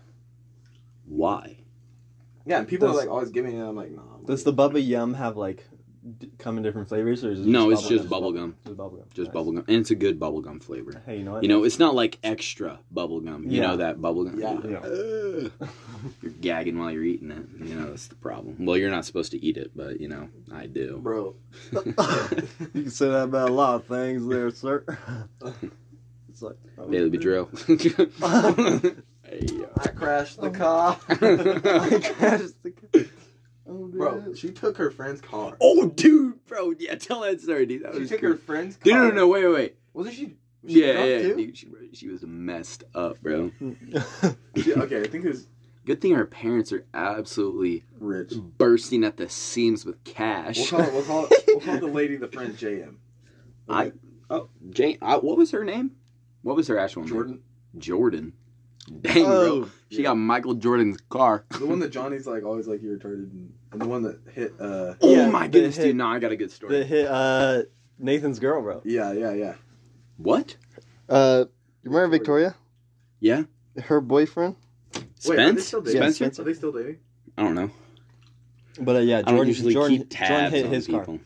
Speaker 5: why?
Speaker 2: yeah. And people
Speaker 6: Does-
Speaker 2: are like always giving it. and I'm like, nah. I'm
Speaker 6: Does
Speaker 2: good.
Speaker 6: the Bubba Yum have like d- come in different flavors or is it
Speaker 5: No,
Speaker 6: just
Speaker 5: it's
Speaker 6: bubble
Speaker 5: just bubble gum.
Speaker 6: Just bubble gum.
Speaker 5: Just
Speaker 6: Nice.
Speaker 5: bubble gum, and it's a good bubble gum flavor.
Speaker 6: Hey, you know what?
Speaker 5: You know, it's not like extra bubble gum. You
Speaker 6: Yeah.
Speaker 5: know that bubble gum.
Speaker 2: Yeah.
Speaker 6: Yeah.
Speaker 5: Ugh. you're gagging while you're eating it. You know that's the problem. Well, you're not supposed to eat it, but you know I do.
Speaker 2: bro?
Speaker 6: you can say that about a lot of things, there, sir. it's like
Speaker 5: Daily Bedrill. hey,
Speaker 2: I crashed
Speaker 6: Oh,
Speaker 2: the car,
Speaker 5: yo.
Speaker 2: bro. She took her friend's car.
Speaker 5: oh, dude, bro. Yeah, tell that story, dude. That
Speaker 2: she
Speaker 5: was
Speaker 2: took
Speaker 5: great.
Speaker 2: her friend's car.
Speaker 5: Dude, no, no, no, wait, wait, wait.
Speaker 2: Wasn't she? was she
Speaker 5: Yeah,
Speaker 2: drunk
Speaker 5: yeah,
Speaker 2: too?
Speaker 5: dude, she, she was messed up, bro.
Speaker 2: She- okay, I think it was
Speaker 5: Good thing our parents are absolutely
Speaker 2: rich.
Speaker 5: bursting at the seams with cash.
Speaker 2: We'll call it. We'll call it. We'll call the lady the friend JM.
Speaker 5: I oh Jane. I, what was her name? What was her actual
Speaker 2: Jordan,
Speaker 5: name? Jordan. Dang,
Speaker 6: Oh,
Speaker 5: bro. She got Michael Jordan's car.
Speaker 2: the one that Johnny's like always like you retarded, and, and the one that hit. uh
Speaker 5: Oh
Speaker 6: Yeah,
Speaker 5: my
Speaker 6: the
Speaker 5: goodness,
Speaker 6: hit-
Speaker 5: dude. No, I got a good story.
Speaker 6: that hit uh, Nathan's girl, bro.
Speaker 2: Yeah, yeah, yeah.
Speaker 5: what?
Speaker 6: Uh, you remember Victoria?
Speaker 5: Yeah.
Speaker 6: Her boyfriend.
Speaker 2: Wait, are they
Speaker 5: Spence?
Speaker 2: still dating?
Speaker 6: Yeah,
Speaker 5: Spencer?
Speaker 6: Spencer.
Speaker 2: Are they still dating?
Speaker 5: I don't know.
Speaker 6: But uh, yeah,
Speaker 5: I don't
Speaker 6: Jordan.
Speaker 5: usually
Speaker 6: Jordan,
Speaker 5: keep tabs
Speaker 6: Jordan hit
Speaker 5: on
Speaker 6: his car.
Speaker 5: people.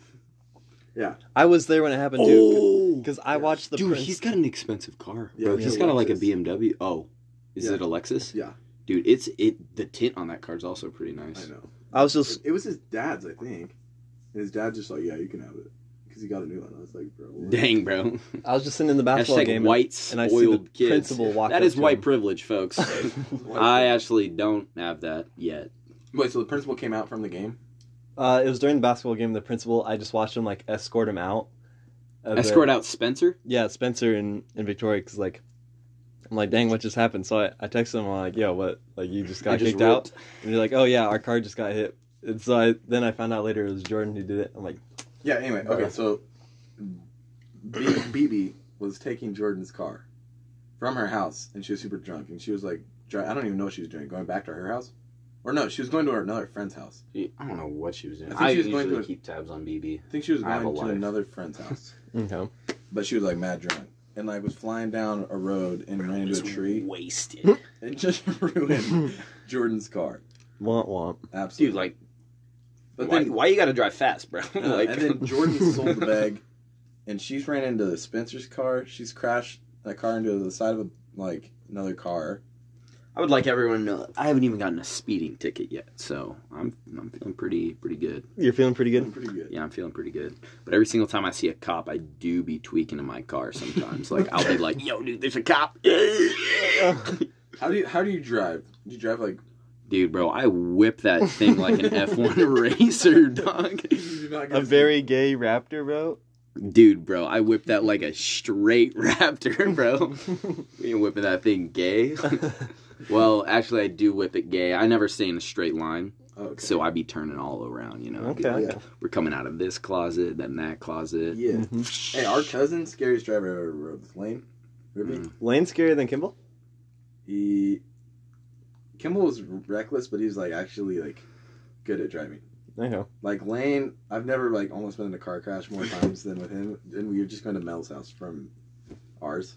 Speaker 6: I was there when it happened, dude.
Speaker 5: Oh,
Speaker 6: Because I watched the
Speaker 5: dude,
Speaker 6: Prince.
Speaker 5: he's got an expensive car.
Speaker 2: Yeah,
Speaker 5: bro.
Speaker 2: yeah,
Speaker 5: he's got like a
Speaker 2: Lexus.
Speaker 5: BMW. Oh, is
Speaker 2: Yeah.
Speaker 5: it a Lexus?
Speaker 2: Yeah.
Speaker 5: Dude, it's it. The tint on that car is also pretty nice.
Speaker 2: I know.
Speaker 6: I was just
Speaker 2: It, it was his dad's, I think. And his dad's just like, yeah, you can have it because he got a new one. I was like, bro. what?
Speaker 5: Dang, bro.
Speaker 6: I was just sitting in the basketball
Speaker 5: Hashtag
Speaker 6: game.
Speaker 5: white
Speaker 6: and I see the
Speaker 5: spoiled kids.
Speaker 6: principal walk
Speaker 5: That
Speaker 6: up
Speaker 5: is
Speaker 6: to
Speaker 5: white
Speaker 6: him.
Speaker 5: privilege, folks. I actually don't have that yet.
Speaker 2: Wait, so the principal came out from the game?
Speaker 6: uh, it was during the basketball game. The principal, I just watched him like escort him out. of
Speaker 5: Escort
Speaker 6: the-
Speaker 5: out Spencer.
Speaker 6: Yeah, Spencer and, and Victoria. Cause like, I'm like, dang, what just happened? So I, I texted him. I'm like, yo, what? Like you just
Speaker 5: I
Speaker 6: got
Speaker 5: just
Speaker 6: kicked
Speaker 5: wrote-
Speaker 6: out? And you're like, oh yeah, our car just got hit. And so I, then I found out later it was Jordan who did it. I'm like,
Speaker 2: Yeah. Anyway, okay. So, B- BB was taking Jordan's car from her house, and she was super drunk, and she was like, dri- I don't even know what she was doing. Going back to her house, or no, she was going to her another friend's house.
Speaker 5: I don't know what she was doing.
Speaker 2: I think
Speaker 5: I,
Speaker 2: she was going
Speaker 5: usually
Speaker 2: to a-
Speaker 5: keep tabs on BB.
Speaker 2: I think she was
Speaker 5: I have
Speaker 2: going
Speaker 5: a
Speaker 2: to
Speaker 5: life.
Speaker 2: another friend's house,
Speaker 6: okay.
Speaker 2: but she was like mad drunk. And like was flying down a road and ran into a tree
Speaker 5: wasted,
Speaker 2: and just ruined Jordan's car.
Speaker 6: Womp womp.
Speaker 2: Absolutely,
Speaker 5: dude. Like,
Speaker 2: But
Speaker 5: why,
Speaker 2: then-
Speaker 5: why you got to drive fast, bro?
Speaker 2: Uh,
Speaker 5: like,
Speaker 2: and then Jordan sold the bag, and she's ran into Spencer's car. She's crashed that car into the side of a, like another car.
Speaker 5: I would like everyone to know that I haven't even gotten a speeding ticket yet, so I'm I'm feeling pretty pretty good.
Speaker 6: You're feeling pretty good.
Speaker 2: Pretty good.
Speaker 5: Yeah, I'm feeling pretty good. But every single time I see a cop, I do be tweaking in my car sometimes. like I'll be like, "Yo, dude, there's a cop."
Speaker 2: How do you how do you drive? Do you drive like
Speaker 5: dude, bro, I whip that thing like an F1 racer, dog.
Speaker 6: A very gay raptor, bro.
Speaker 5: Dude, bro, I whipped that like a straight raptor, bro. We ain't whipping that thing gay. Well, actually, I do whip it gay. I never stay in a straight line,
Speaker 2: oh, Okay.
Speaker 5: so I be turning all around. You know, I'd be
Speaker 6: Okay.
Speaker 5: like, we're coming out of this closet, then that closet.
Speaker 2: yeah.
Speaker 6: Mhm.
Speaker 2: Hey, our cousin, scariest driver I ever rode with, Lane. Ribby.
Speaker 5: Mm.
Speaker 6: Lane's scarier than Kimball?
Speaker 2: He. Kimball was reckless, but he was like actually like good at driving.
Speaker 6: I know.
Speaker 2: Like Lane, I've never like almost been in a car crash more times than with him. And we were just going to Mel's house from ours.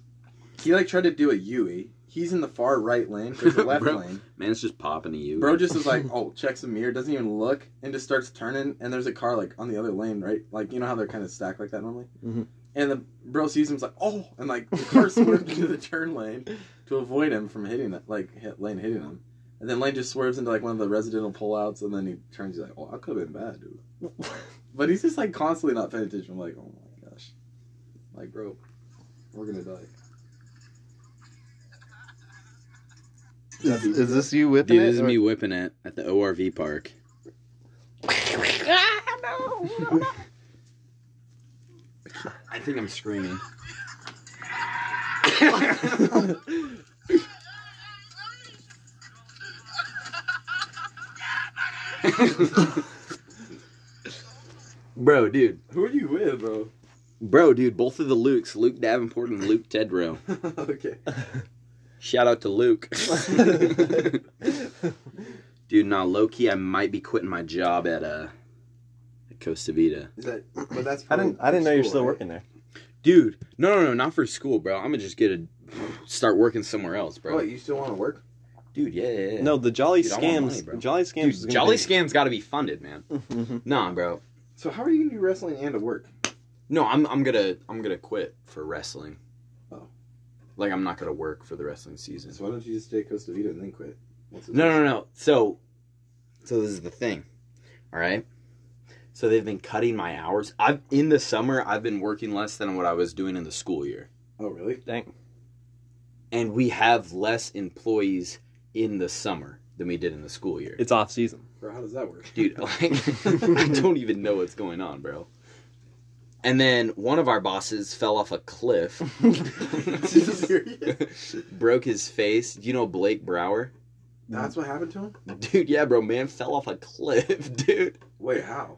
Speaker 2: He like tried to do a Yui. He's in the far right lane, there's a left
Speaker 5: Bro.
Speaker 2: lane.
Speaker 5: Man, it's just popping to you.
Speaker 2: Bro just is like, oh, checks the mirror, doesn't even look, and just starts turning. And there's a car like on the other lane, right? Like you know how they're kind of stacked like that normally.
Speaker 6: Mhm.
Speaker 2: And the bro sees him's like, oh, and like the car swerved into the turn lane to avoid him from hitting it, like hit lane hitting him. And then lane just swerves into like one of the residential pullouts, and then he turns. He's like, oh, I could have been bad, dude. but he's just like constantly not paying attention. I'm like, oh my gosh, like bro, we're gonna die.
Speaker 6: Is, is this you whipping
Speaker 5: Dude,
Speaker 6: it?
Speaker 5: this is
Speaker 6: or-
Speaker 5: me whipping it at the ORV park. I think I'm screaming. bro, dude.
Speaker 2: Who are you with, bro?
Speaker 5: Bro, dude, both of the Lukes, Luke Davenport and Luke Tedrow.
Speaker 2: okay.
Speaker 5: Shout out to Luke. dude, nah, low key, I might be quitting my job at uh at Costa Vida.
Speaker 2: Is that? But that's.
Speaker 6: I didn't. I didn't know you're still working there.
Speaker 5: Dude, no, no, no, not for school, bro. I'm gonna just get a start working somewhere else, bro.
Speaker 2: Bro, you still want to work?
Speaker 5: Dude, yeah, yeah, yeah.
Speaker 6: No, the Jolly
Speaker 5: Dude, I want money,
Speaker 6: Scams.
Speaker 5: bro.
Speaker 6: Jolly Scams.
Speaker 5: dude,
Speaker 6: is gonna
Speaker 5: Jolly
Speaker 6: be-
Speaker 5: Scam's got to be funded, man.
Speaker 6: Mhm.
Speaker 5: Nah, bro.
Speaker 2: So how are you gonna do wrestling and at work?
Speaker 5: No, I'm, I'm gonna, I'm gonna quit for wrestling.
Speaker 2: Oh.
Speaker 5: Like I'm not gonna work for the wrestling season.
Speaker 2: So why don't you just stay at Costa Vida and then quit? What's
Speaker 5: No, no, no. So, so this is the thing. All right. So they've been cutting my hours. I've in the summer I've been working less than what I was doing in the school year.
Speaker 2: Oh really?
Speaker 6: Dang.
Speaker 5: and we have less employees in the summer than we did in the school year.
Speaker 6: It's off season.
Speaker 2: Bro, how does that work?
Speaker 5: Dude, like I don't even know what's going on, bro. And then one of our bosses fell off a cliff, broke his face. Do you know Blake Brower?
Speaker 2: That's what happened to him?
Speaker 5: Dude, yeah, bro, man fell off a cliff, dude.
Speaker 2: Wait, how?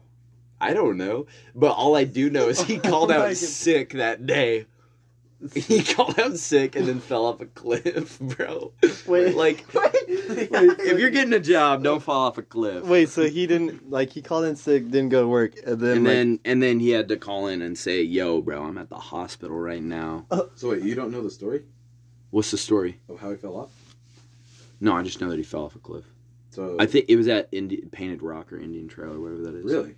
Speaker 5: I don't know, but all I do know is he called
Speaker 6: Oh my
Speaker 5: out
Speaker 6: God.
Speaker 5: sick that day. He called out sick and then fell off a cliff, bro.
Speaker 6: Wait.
Speaker 5: like if you're getting a job, don't fall off a cliff.
Speaker 6: Wait, so he didn't like he called in sick, didn't go to work, and then,
Speaker 5: and
Speaker 6: like,
Speaker 5: then and then he had to call in and say, "Yo, bro, I'm at the hospital right now.
Speaker 2: So wait, you don't know the story
Speaker 5: What's the story?"
Speaker 2: of how he fell off?
Speaker 5: No, I just know that he fell off a cliff.
Speaker 2: So
Speaker 5: I think it was at Indi- Painted Rock or Indian Trail or whatever that is.
Speaker 2: really,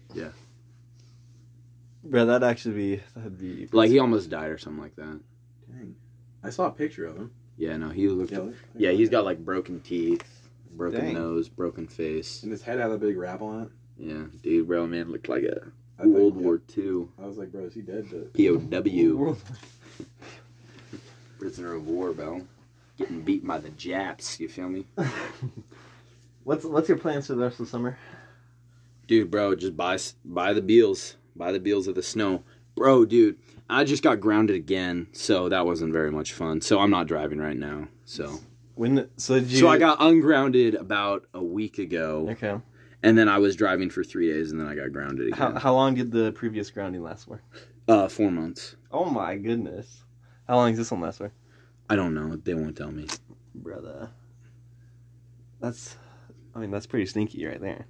Speaker 6: bro, that'd actually be that'd be
Speaker 5: Like he almost died or something like that.
Speaker 2: dang. I saw a picture of him.
Speaker 5: Yeah, no, he looked. Yeah,
Speaker 2: look-
Speaker 5: he's got like broken teeth, broken
Speaker 6: Dang.
Speaker 5: nose, broken face.
Speaker 2: And his head had a big wrap on it.
Speaker 5: Yeah, dude, bro, man looked like a
Speaker 2: I think-
Speaker 5: World War II
Speaker 2: I was like, bro, is he dead? But
Speaker 5: POW, prisoner of war, bro, getting beaten by the Japs. You feel me?
Speaker 6: what's what's your plans for the rest of the summer?
Speaker 5: dude, bro, just buy buy the Beals, buy the Beals of the snow, bro, dude. I just got grounded again, so that wasn't very much fun. So I'm not driving right now. So
Speaker 6: When so did you
Speaker 5: so I got ungrounded about a week ago,
Speaker 6: Okay.
Speaker 5: and then I was driving for three days, and then I got grounded again.
Speaker 6: How how long did the previous grounding last for?
Speaker 5: Uh, four months.
Speaker 6: Oh my goodness. How long does this one last for?
Speaker 5: I don't know. They won't tell me.
Speaker 6: Brother. That's I mean that's pretty sneaky right there.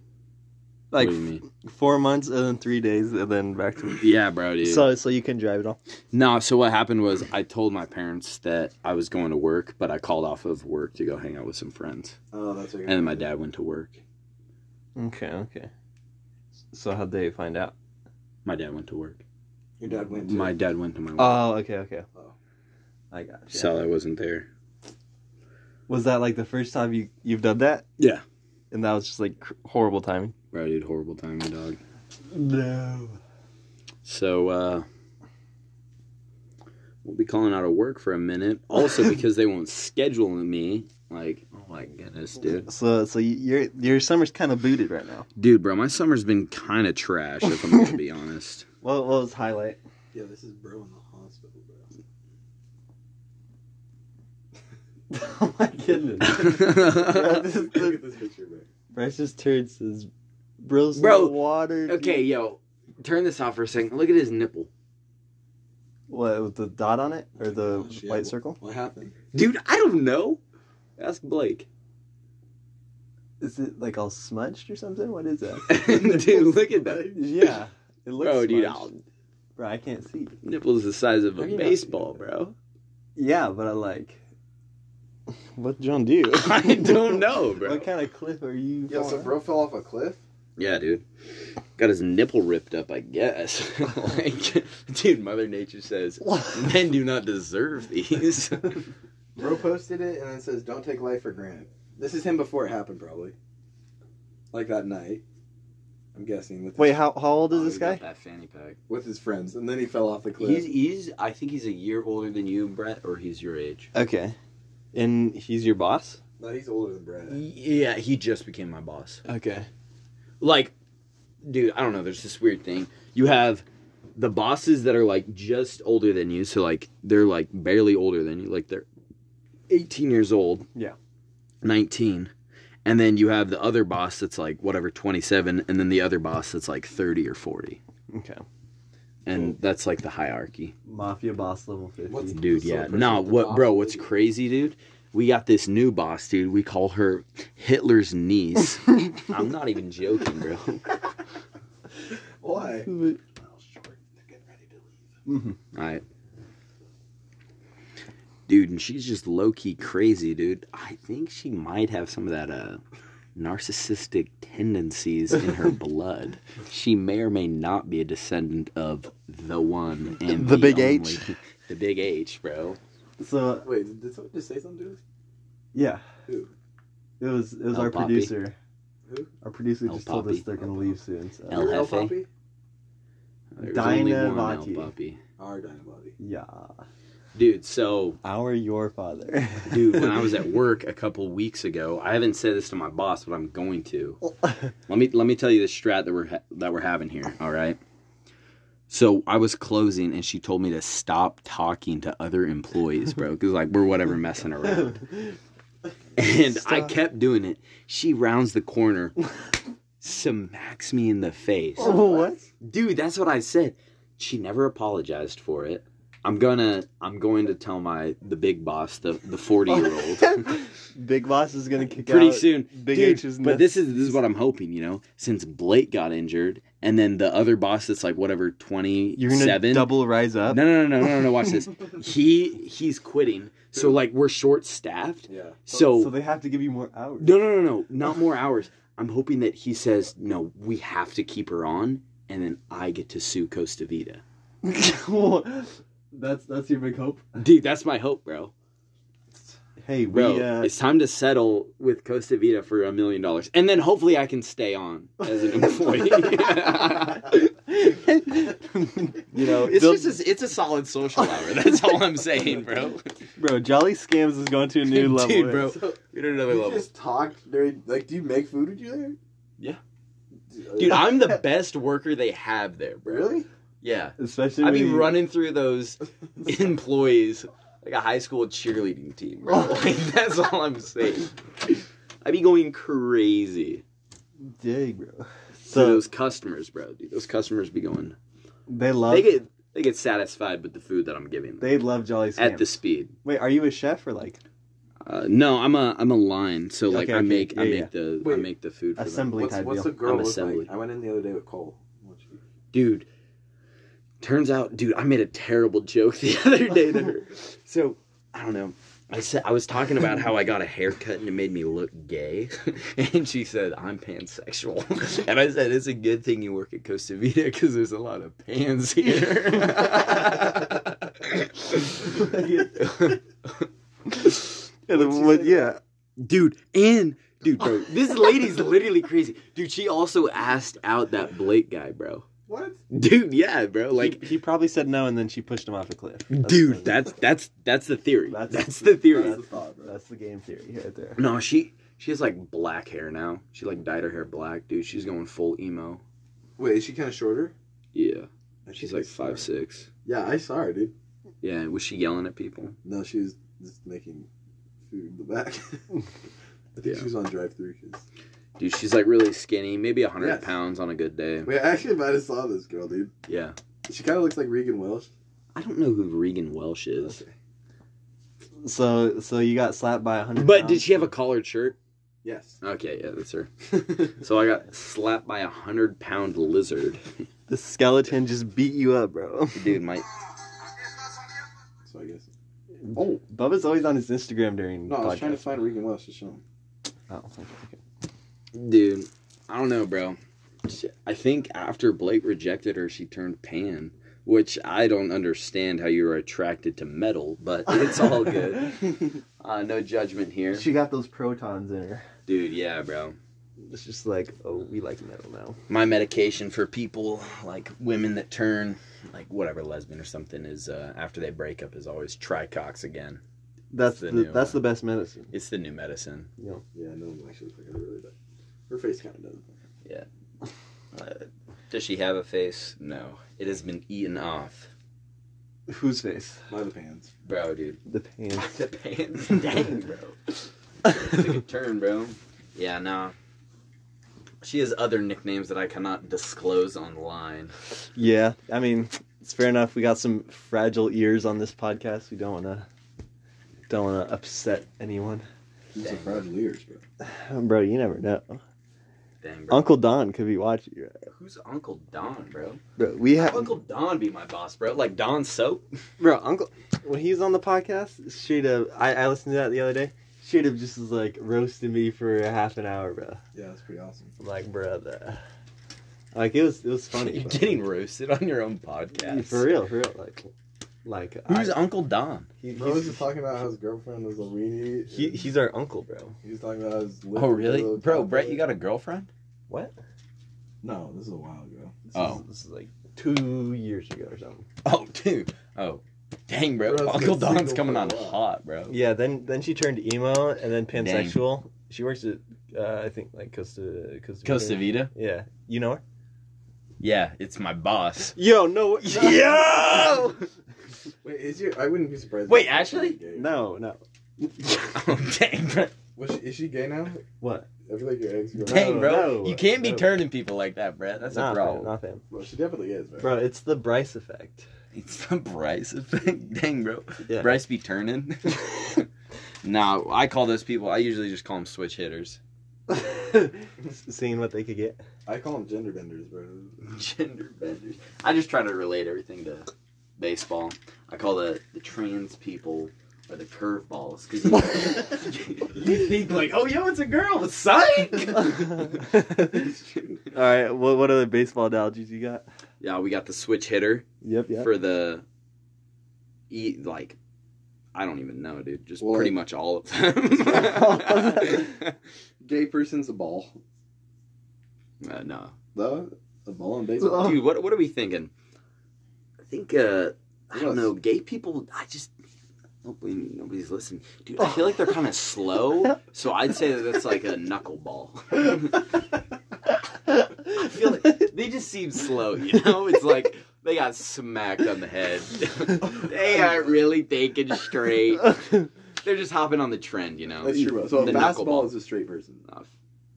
Speaker 6: Like
Speaker 5: what do you mean?
Speaker 6: four months and then three days and then back to
Speaker 5: yeah, bro, dude.
Speaker 6: So so you can drive it all.
Speaker 5: No, so what happened was I told my parents that I was going to work, but I called off of work to go hang out with some friends.
Speaker 2: oh, that's what
Speaker 5: And then my dad went to work.
Speaker 6: Okay, okay. So how'd they find out?
Speaker 5: My dad went to work.
Speaker 2: Your dad went to. Uh,
Speaker 5: My dad went to my work.
Speaker 6: Oh, okay, okay.
Speaker 2: Oh.
Speaker 6: I got you.
Speaker 5: So I wasn't there.
Speaker 6: Was that like the first time you you've done that?
Speaker 5: Yeah.
Speaker 6: And that was just like cr- horrible timing.
Speaker 5: Bro, dude, horrible timing, dog.
Speaker 6: No.
Speaker 5: So, uh, we'll be calling out of work for a minute. Also, because they won't schedule me. Like, oh my goodness, dude.
Speaker 6: So so you- your your summer's kind of booted right now.
Speaker 5: Dude, bro, my summer's been kind of trash, if I'm going to be honest.
Speaker 6: What what was highlight?
Speaker 2: Yeah, this is bro in the hospital, bro.
Speaker 1: oh my goodness.
Speaker 8: Look at this picture, bro.
Speaker 6: Bryce just turns his bros
Speaker 5: Bro,
Speaker 6: in the water. dude.
Speaker 5: okay, yo, turn this off for a second. Look at his nipple,
Speaker 6: What with the dot on it or the
Speaker 8: Oh,
Speaker 2: gosh, yeah,
Speaker 6: white
Speaker 2: well-
Speaker 6: circle?
Speaker 2: What happened?
Speaker 5: dude. I don't know. That's Blake,
Speaker 6: Is it like all smudged or something? What is that?
Speaker 5: dude. Look at that,
Speaker 6: yeah, it looks.
Speaker 5: bro, dude.
Speaker 6: smudged.
Speaker 5: I'll,
Speaker 6: Bro, I can't see.
Speaker 5: nipple's the size of
Speaker 6: How
Speaker 5: a
Speaker 6: do you not
Speaker 5: baseball,
Speaker 6: see
Speaker 5: bro.
Speaker 6: Yeah, but I like. What John do?
Speaker 5: I don't know, bro.
Speaker 6: What kind of cliff are you?
Speaker 8: Yo, so
Speaker 6: falling
Speaker 8: bro fell off a cliff.
Speaker 5: Yeah, dude. Got his nipple ripped up, I guess. like, dude, Mother Nature says
Speaker 6: off?
Speaker 5: men do not deserve these.
Speaker 8: Bro posted it and it says, "Don't take life for granted."
Speaker 2: This is him before it happened, probably. Like that night, I'm guessing with
Speaker 6: Wait,
Speaker 2: his,
Speaker 6: how how
Speaker 5: Oh,
Speaker 6: old is this guy?
Speaker 5: That fanny pack.
Speaker 2: with his friends, and then he fell off the cliff.
Speaker 5: He's he's. I think he's a year older than you, Brett, or he's your age.
Speaker 6: Okay, and he's your boss.
Speaker 2: no, he's older than Brad.
Speaker 5: Yeah, he just became my boss.
Speaker 6: Okay.
Speaker 5: Like, dude, I don't know. There's this weird thing. You have the bosses that are like just older than you, so like they're like barely older than you, like they're 18 years old.
Speaker 6: Yeah.
Speaker 5: 19. And then you have the other boss that's like whatever 27, and then the other boss that's like 30 or 40.
Speaker 6: Okay.
Speaker 5: And that's like the hierarchy.
Speaker 1: Mafia boss level 50.
Speaker 2: What's-
Speaker 5: Dude,
Speaker 2: So the
Speaker 5: yeah.
Speaker 2: person
Speaker 5: Nah,
Speaker 2: at the
Speaker 5: what,
Speaker 2: bottom
Speaker 5: bro? What's
Speaker 2: is-
Speaker 5: crazy, dude? We got this new boss, dude. We call her Hitler's niece. I'm not even joking, bro.
Speaker 2: Why?
Speaker 9: Miles short. They're getting ready to leave.
Speaker 5: All right. Dude, and she's just low key crazy, dude. I think she might have some of that uh narcissistic tendencies in her blood. She may or may not be a descendant of the one and
Speaker 6: The big
Speaker 5: only.
Speaker 6: H?
Speaker 5: The big H, bro.
Speaker 1: So
Speaker 2: Wait, did, did someone just say something to us?
Speaker 1: yeah,
Speaker 2: Who?
Speaker 1: it was it was
Speaker 5: El
Speaker 1: our
Speaker 5: Papi.
Speaker 1: producer.
Speaker 2: Who?
Speaker 1: Our producer
Speaker 5: El
Speaker 1: just told us
Speaker 5: Papi.
Speaker 1: they're gonna leave soon. So
Speaker 5: El
Speaker 2: El
Speaker 5: Jefe.
Speaker 2: Papi?
Speaker 5: There's only one El
Speaker 1: Dynamite.
Speaker 5: Papi.
Speaker 2: Our Dynamite.
Speaker 1: yeah,
Speaker 5: Dude, so
Speaker 6: Our your father.
Speaker 5: Dude, when I was at work a couple weeks ago, I haven't said this to my boss, but I'm going to. Let me let me tell you the strat that we're ha- that we're having here. All right. So I was closing, and she told me to stop talking to other employees, bro, because like we're whatever messing around. And I kept doing it. She rounds the corner, smacks me in the face,
Speaker 6: Oh, what?
Speaker 5: dude. That's what I said. She never apologized for it. I'm gonna I'm going to tell my the big boss, the the 40 year old.
Speaker 6: Big boss is gonna kick
Speaker 5: pretty
Speaker 6: out
Speaker 5: soon.
Speaker 6: Big
Speaker 5: Dude,
Speaker 6: H is
Speaker 5: but this is this is what I'm hoping, you know. Since Blake got injured, and then the other boss that's like whatever twenty
Speaker 6: You're gonna
Speaker 5: seven.
Speaker 6: double rise
Speaker 5: No,
Speaker 6: up.
Speaker 5: no,
Speaker 6: Oh,
Speaker 5: no, no, no, no, no! Watch this. He he's quitting, so like we're short staffed.
Speaker 2: Yeah.
Speaker 5: So,
Speaker 1: so they have to give you more hours.
Speaker 5: no, no, no, no, not more hours. I'm hoping that he says no. We have to keep her on, and then I get to sue Costa Vida.
Speaker 1: that's that's your big hope.
Speaker 5: Dude, that's my hope, bro.
Speaker 1: Hey, we
Speaker 5: Bro,
Speaker 1: uh,
Speaker 5: it's time to settle with Costa Vida for a million dollars, and then hopefully I can stay on as an employee.
Speaker 6: You know,
Speaker 5: It's
Speaker 6: Bill-
Speaker 5: just a, it's a solid social hour. That's all I'm saying, bro.
Speaker 6: bro, Jolly Scams is going to a new level.
Speaker 5: Dude, bro,
Speaker 2: So,
Speaker 5: you're at another
Speaker 2: you
Speaker 5: level.
Speaker 2: just talked during, like, do you make food with you there?
Speaker 5: Yeah.
Speaker 2: Dude,
Speaker 5: Dude, I'm the best worker they have there, bro.
Speaker 2: really?
Speaker 5: Yeah,
Speaker 6: Especially
Speaker 5: I
Speaker 6: when
Speaker 5: be
Speaker 6: you-
Speaker 5: running through those employees like a high school cheerleading team, bro.
Speaker 6: Oh.
Speaker 5: Like, that's all I'm saying. I be going crazy
Speaker 6: Dang, bro.
Speaker 5: so,
Speaker 6: So
Speaker 5: those customers, bro. Dude, those customers be going.
Speaker 6: they love
Speaker 5: They get they get satisfied with the food that I'm giving them
Speaker 6: they love Jolly Scams.
Speaker 5: at the speed.
Speaker 6: Wait, are you a chef or like
Speaker 5: Uh, no, I'm a I'm a line, so like
Speaker 6: Okay,
Speaker 5: I
Speaker 6: okay.
Speaker 5: make I
Speaker 6: Yeah,
Speaker 5: make
Speaker 6: yeah.
Speaker 5: the I
Speaker 2: Wait,
Speaker 5: make the food for them.
Speaker 6: assembly
Speaker 2: What's,
Speaker 6: type
Speaker 2: what's
Speaker 6: deal?
Speaker 2: the girl
Speaker 5: I'm
Speaker 2: look
Speaker 5: assembly.
Speaker 2: like? I went in the other day with Cole. What's she-
Speaker 5: dude turns out dude i made a terrible joke the other day to her so i don't know i said i was talking about how i got a haircut and it made me look gay and she said i'm pansexual and i said it's a good thing you work at costa Vida 'cause because there's a lot of pans here
Speaker 6: Yeah, the- what- yeah.
Speaker 5: dude and dude bro this lady's literally crazy dude she also asked out that blake guy bro
Speaker 2: What?
Speaker 5: dude yeah bro like
Speaker 6: Like he, probably said no, and then she pushed him off a cliff. That's
Speaker 5: dude
Speaker 6: the-
Speaker 5: that's that's that's the theory that's,
Speaker 6: That's-
Speaker 5: the theory
Speaker 2: That's the thought, bro.
Speaker 6: that's the game theory right there.
Speaker 5: no she she has like black hair now she like dyed her hair black dude she's going full emo
Speaker 2: Wait, is she kind of shorter?
Speaker 5: yeah
Speaker 2: I
Speaker 5: she's
Speaker 2: think
Speaker 5: like
Speaker 2: I saw
Speaker 5: five
Speaker 2: her.
Speaker 5: six
Speaker 2: Yeah, I saw her, dude.
Speaker 5: yeah was she yelling at people
Speaker 2: No, she was just making
Speaker 10: food in the back. I think
Speaker 5: Yeah.
Speaker 10: she was on drive through kids.
Speaker 5: Dude, she's like really skinny, maybe hundred
Speaker 10: Yes.
Speaker 5: pounds on a good day.
Speaker 10: Wait, I actually might have saw this girl, dude.
Speaker 5: Yeah.
Speaker 10: She kind of looks like Regan Welsh.
Speaker 5: I don't know who Regan Welsh is.
Speaker 6: So so you got slapped by a hundred.
Speaker 5: But
Speaker 2: Um,
Speaker 5: did she have a collared shirt?
Speaker 10: Yes.
Speaker 5: Okay, yeah, that's her. so I got slapped by a hundred pound lizard.
Speaker 6: The skeleton just beat you up, bro.
Speaker 5: Dude, my
Speaker 10: So I guess.
Speaker 6: Oh, Bubba's always on his Instagram during.
Speaker 10: No, I was trying to
Speaker 6: podcasts.
Speaker 10: find Regan Welsh to show him.
Speaker 6: Oh, okay, okay.
Speaker 5: dude, I don't know, bro. She- I think after Blake rejected her, she turned pan, which I don't understand how you are attracted to metal, but it's all good. Uh, no judgment here,
Speaker 6: she got those protons in her.
Speaker 5: dude. Yeah, bro.
Speaker 6: It's just like, oh, we like metal now.
Speaker 5: my medication for people like women that turn like whatever lesbian or something is uh, after they break up is always tricox again.
Speaker 6: That's
Speaker 5: The
Speaker 6: the,
Speaker 5: new
Speaker 6: that's
Speaker 5: one.
Speaker 6: the best medicine.
Speaker 5: It's the new medicine.
Speaker 10: Yeah, no, actually looks like her really bad. Her face kind of does.
Speaker 5: Uh, does she have a face? No, it has been eaten off,
Speaker 6: Whose face?
Speaker 10: By the pants.
Speaker 5: bro, dude.
Speaker 6: The pan.
Speaker 5: the pants, dang, bro. Took a turn, bro. Yeah, no. She has other nicknames that I cannot disclose online.
Speaker 6: yeah, I mean, it's fair enough. We got some fragile ears on this podcast. We don't wanna don't wanna upset anyone,
Speaker 10: These are
Speaker 5: Dang.
Speaker 10: fragile ears, bro.
Speaker 6: bro. You never know.
Speaker 5: Dang, bro.
Speaker 6: Uncle Don could be watching you,
Speaker 5: Who's Uncle Don, bro?
Speaker 6: bro. We
Speaker 5: Have
Speaker 6: have
Speaker 5: Uncle Don be my boss, bro. Like Don Soap.
Speaker 6: bro uncle when he was on the podcast straight up i, I listened to that the other day straight up just was like roasting me for a half an hour bro
Speaker 10: Yeah, that's pretty awesome.
Speaker 6: i'm like brother like it was it was funny
Speaker 5: You're
Speaker 6: bro.
Speaker 5: getting roasted on your own podcast.
Speaker 6: for real for real like like
Speaker 5: Who's
Speaker 6: I,
Speaker 5: Uncle Don?
Speaker 6: he,
Speaker 10: Bro was
Speaker 6: he's,
Speaker 10: just talking about how his girlfriend was a weenie.
Speaker 6: he,
Speaker 10: and
Speaker 6: he's our uncle bro
Speaker 10: he was talking about how his.
Speaker 5: Oh, really? Bro, Brett, you got a girlfriend?
Speaker 6: what
Speaker 10: No, this is a while ago.
Speaker 6: this
Speaker 5: Oh.
Speaker 6: is, this is like two years ago or something
Speaker 5: Oh, dude. Oh, dang, bro.
Speaker 10: Bro's
Speaker 5: Uncle
Speaker 10: been
Speaker 5: Don's
Speaker 10: single
Speaker 5: coming
Speaker 10: for a
Speaker 5: on
Speaker 10: while.
Speaker 5: hot, bro.
Speaker 6: yeah then then she turned emo and then pansexual she works at uh, i think like costa costa,
Speaker 5: Costa
Speaker 6: Rica.
Speaker 5: Vida?
Speaker 6: yeah you know her
Speaker 5: Yeah, it's my boss.
Speaker 6: yo no
Speaker 5: Yo!
Speaker 10: Wait, is your? I wouldn't be surprised.
Speaker 5: Wait,
Speaker 10: if she's
Speaker 5: actually?
Speaker 10: gay.
Speaker 6: no no
Speaker 5: oh, dang, bro.
Speaker 10: Was she, is she gay now?
Speaker 6: What?
Speaker 10: I feel like your ex girlfriend.
Speaker 5: Dang, bro.
Speaker 6: no,
Speaker 5: you can't be
Speaker 6: no.
Speaker 5: turning people like that, Brett. That's
Speaker 6: Nah,
Speaker 5: a
Speaker 6: fam,
Speaker 5: problem.
Speaker 6: nah, fam.
Speaker 10: Well, she definitely is, bro.
Speaker 6: Bro, it's the Bryce effect.
Speaker 5: It's the Bryce effect. Dang, bro.
Speaker 6: Yeah.
Speaker 5: Bryce be turning. nah, I call those people, I usually just call them switch hitters.
Speaker 6: Seeing what they could get.
Speaker 10: I call them gender benders, bro.
Speaker 5: gender benders. I just try to relate everything to baseball. I call the the trans people or the curveballs because you, you think like, oh yo, it's a girl, psych.
Speaker 6: All right, what what other baseball analogies you got?
Speaker 5: yeah, we got the switch hitter
Speaker 6: Yep, yep.
Speaker 5: for the e like. I don't even know, dude. Just
Speaker 10: Well,
Speaker 5: pretty
Speaker 10: like-
Speaker 5: much all of them.
Speaker 10: Gay person's a ball.
Speaker 5: uh, no,
Speaker 10: No, a ball in baseball.
Speaker 5: dude. What what are we thinking? I think uh, I
Speaker 10: Yes.
Speaker 5: don't know. Gay people. I just hopefully nobody's listening, dude.
Speaker 10: Oh.
Speaker 5: I feel like they're kind of slow, so I'd say that that's like a knuckleball. I feel like they just seem slow. You know, it's like they got smacked on the head. they aren't really thinking straight. They're just hopping on the trend. You know.
Speaker 10: That's true, bro. So a
Speaker 5: The
Speaker 10: fastball
Speaker 5: knuckleball.
Speaker 10: is a straight person.
Speaker 5: Uh,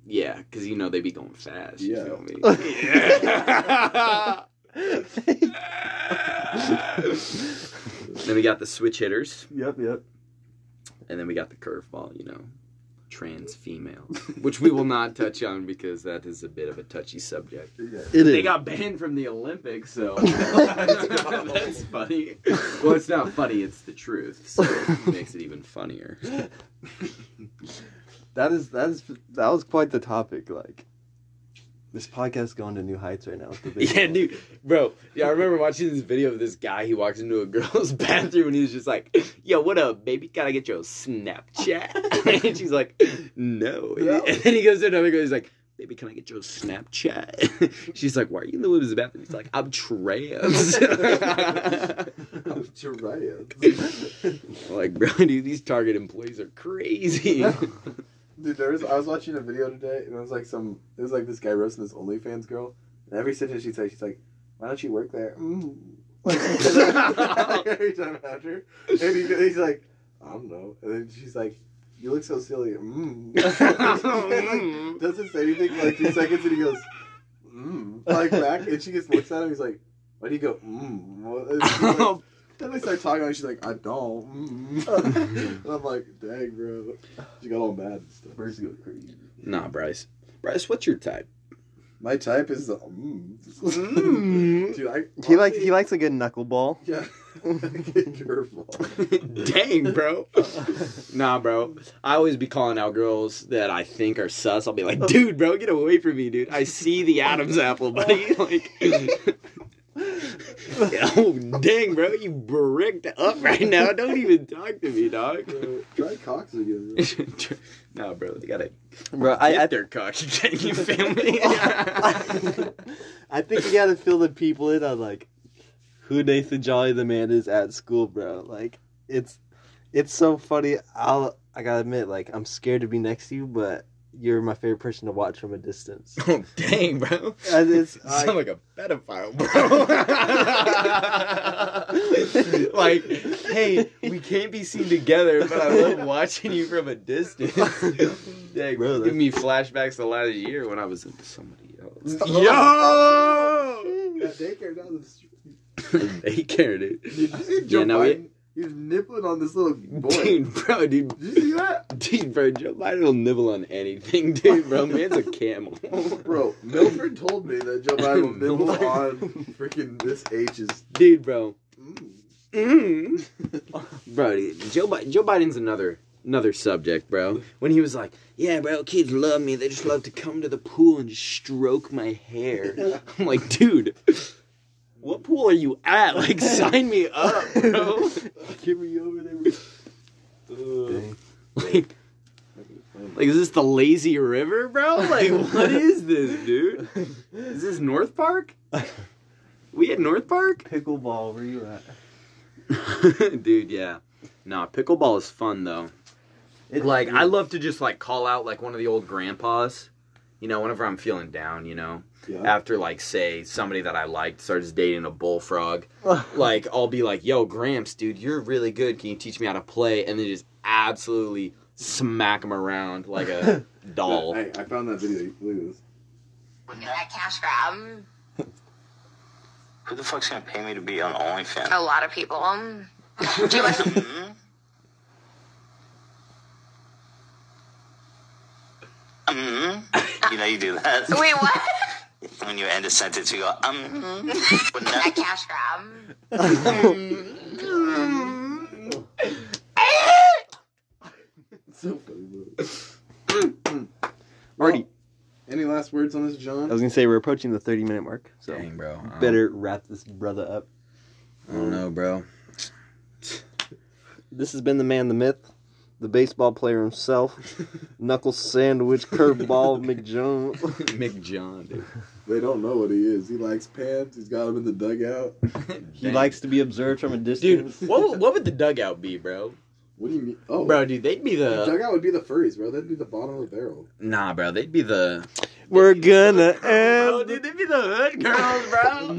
Speaker 5: Yeah, because you know they be going fast.
Speaker 10: Yeah.
Speaker 5: You feel me? Yeah. then we got the switch hitters,
Speaker 6: yep, yep.
Speaker 5: and then we got the curveball, you know, trans female, which we will not touch on because that is a bit of a touchy subject.
Speaker 6: It
Speaker 5: They got banned from the Olympics, so that's funny. Well, it's not funny, it's the truth, so it makes it even funnier.
Speaker 6: that is that is that was quite the topic. Like this podcast is going to new heights right now. with the
Speaker 5: Yeah,
Speaker 6: baseball.
Speaker 5: dude, bro. Yeah, I remember watching this video of this guy. He walks into a girl's bathroom and he's just like, "Yo, what up, baby? Can I get your Snapchat?" and she's like, "No."
Speaker 10: No.
Speaker 5: And then he goes to another girl. He's like, "Baby, can I get your Snapchat?" she's like, "Why are you in the women's bathroom?" He's like, "I'm trans."
Speaker 10: Oh, Jiraiya.
Speaker 5: like, bro, dude, these Target employees are crazy.
Speaker 10: Dude, there was, I was watching a video today, and it was like some, it was like this guy roasting this OnlyFans girl, and every sentence she says, she's like, "Why don't you work there?" Mm. Like every time after, and he, he's like, "I don't know," and then she's like, You look so silly. Mm. like, doesn't say anything for like two seconds and he goes, mm. Like back and she just looks at him. He's like, Why do you go, mm? What is-" She's like- Then they start talking and she's like, I don't. Mm. and I'm like, Dang, bro. She got all mad and stuff. She goes crazy.
Speaker 5: Nah, Bryce. Bryce, what's your type?
Speaker 10: My type is the mm. Dude, I,
Speaker 6: He likes he likes a good knuckleball.
Speaker 10: Yeah. Curveball.
Speaker 5: Dang, bro. nah, bro. I always be calling out girls that I think are sus. I'll be like, dude, bro, get away from me, dude. I see the Adam's apple, buddy. like, oh, dang, bro, you bricked up right now. Don't even talk to me, dog.
Speaker 10: Try cocks again. bro.
Speaker 5: nah, bro, they gotta
Speaker 6: Bro, I, I,
Speaker 5: get their cock. Can you feel me?
Speaker 6: I think you gotta fill the people in on like who Nathan Jolly the man is at school, bro. Like it's it's so funny. I'll I gotta admit, like I'm scared to be next to you, but you're my favorite person to watch from a distance.
Speaker 5: oh, dang, bro.
Speaker 6: And it's
Speaker 5: You sound like a pedophile, bro. like, hey, we can't be seen together, but I love watching you from a distance. Dang, bro, give me flashbacks to last year when I was into somebody else. Yo!
Speaker 10: At daycare down the street.
Speaker 5: they cared it.
Speaker 10: Did you see Joe
Speaker 5: Yeah, no,
Speaker 10: Biden? He was nippling on this little boy.
Speaker 5: Dude, bro, dude,
Speaker 10: Did you see that?
Speaker 5: dude, bro, Joe Biden will nibble on anything, dude, bro. Man's a camel.
Speaker 10: Bro, Milford told me that Joe Biden will nibble on freaking this H's.
Speaker 5: Dude, bro.
Speaker 10: Mm.
Speaker 5: Mm. bro, Joe, Bi- Joe Biden's another another subject, bro. When he was like, "Yeah, bro, kids love me. They just love to come to the pool and just stroke my hair." I'm like, dude, what pool are you at? Like, sign me up, bro.
Speaker 10: Give me over there.
Speaker 5: Like, like, is this the lazy river, bro? Like, what is this, dude? Is this North Park? We at North Park?
Speaker 6: pickleball. Where you at?
Speaker 5: dude yeah nah pickleball is fun though
Speaker 6: It-
Speaker 5: like i love to just like call out like one of the old grandpas you know whenever i'm feeling down you know
Speaker 10: Yeah.
Speaker 5: after like say somebody that i liked starts dating a bullfrog like i'll be like yo gramps dude you're really good can you teach me how to play and then just absolutely smack him around like a doll
Speaker 10: Hey, I found that video. Look at this.
Speaker 11: Look at that cash grab.
Speaker 3: Who the fuck's gonna pay me to be on OnlyFans?
Speaker 11: A lot of people. um, Do you like
Speaker 3: Mm? Mm? You know you do that.
Speaker 11: Wait, what?
Speaker 3: When you end a sentence, you go, um. But
Speaker 11: Look
Speaker 3: no,
Speaker 11: at that cash grab.
Speaker 10: So funny, bro.
Speaker 6: Marty,
Speaker 10: Any last words on this, John?
Speaker 6: I was gonna say we're approaching the 30 minute mark, so
Speaker 5: bro
Speaker 6: better wrap this brother up.
Speaker 5: i don't know bro
Speaker 6: This has been the man, the myth, the baseball player himself, knuckle sandwich, curveball, McJones.
Speaker 5: mick john dude
Speaker 10: They don't know what he is. He likes pants. He's got him in the dugout.
Speaker 6: He likes to be observed from a distance.
Speaker 5: dude what, would- what would the dugout be bro
Speaker 10: What do you mean? Oh,
Speaker 5: bro dude they'd be the
Speaker 10: the dugout would be the furries, bro. That'd be the bottom of the barrel.
Speaker 5: nah bro they'd be the
Speaker 6: We're gonna end
Speaker 5: dude, they be the hood girls, bro.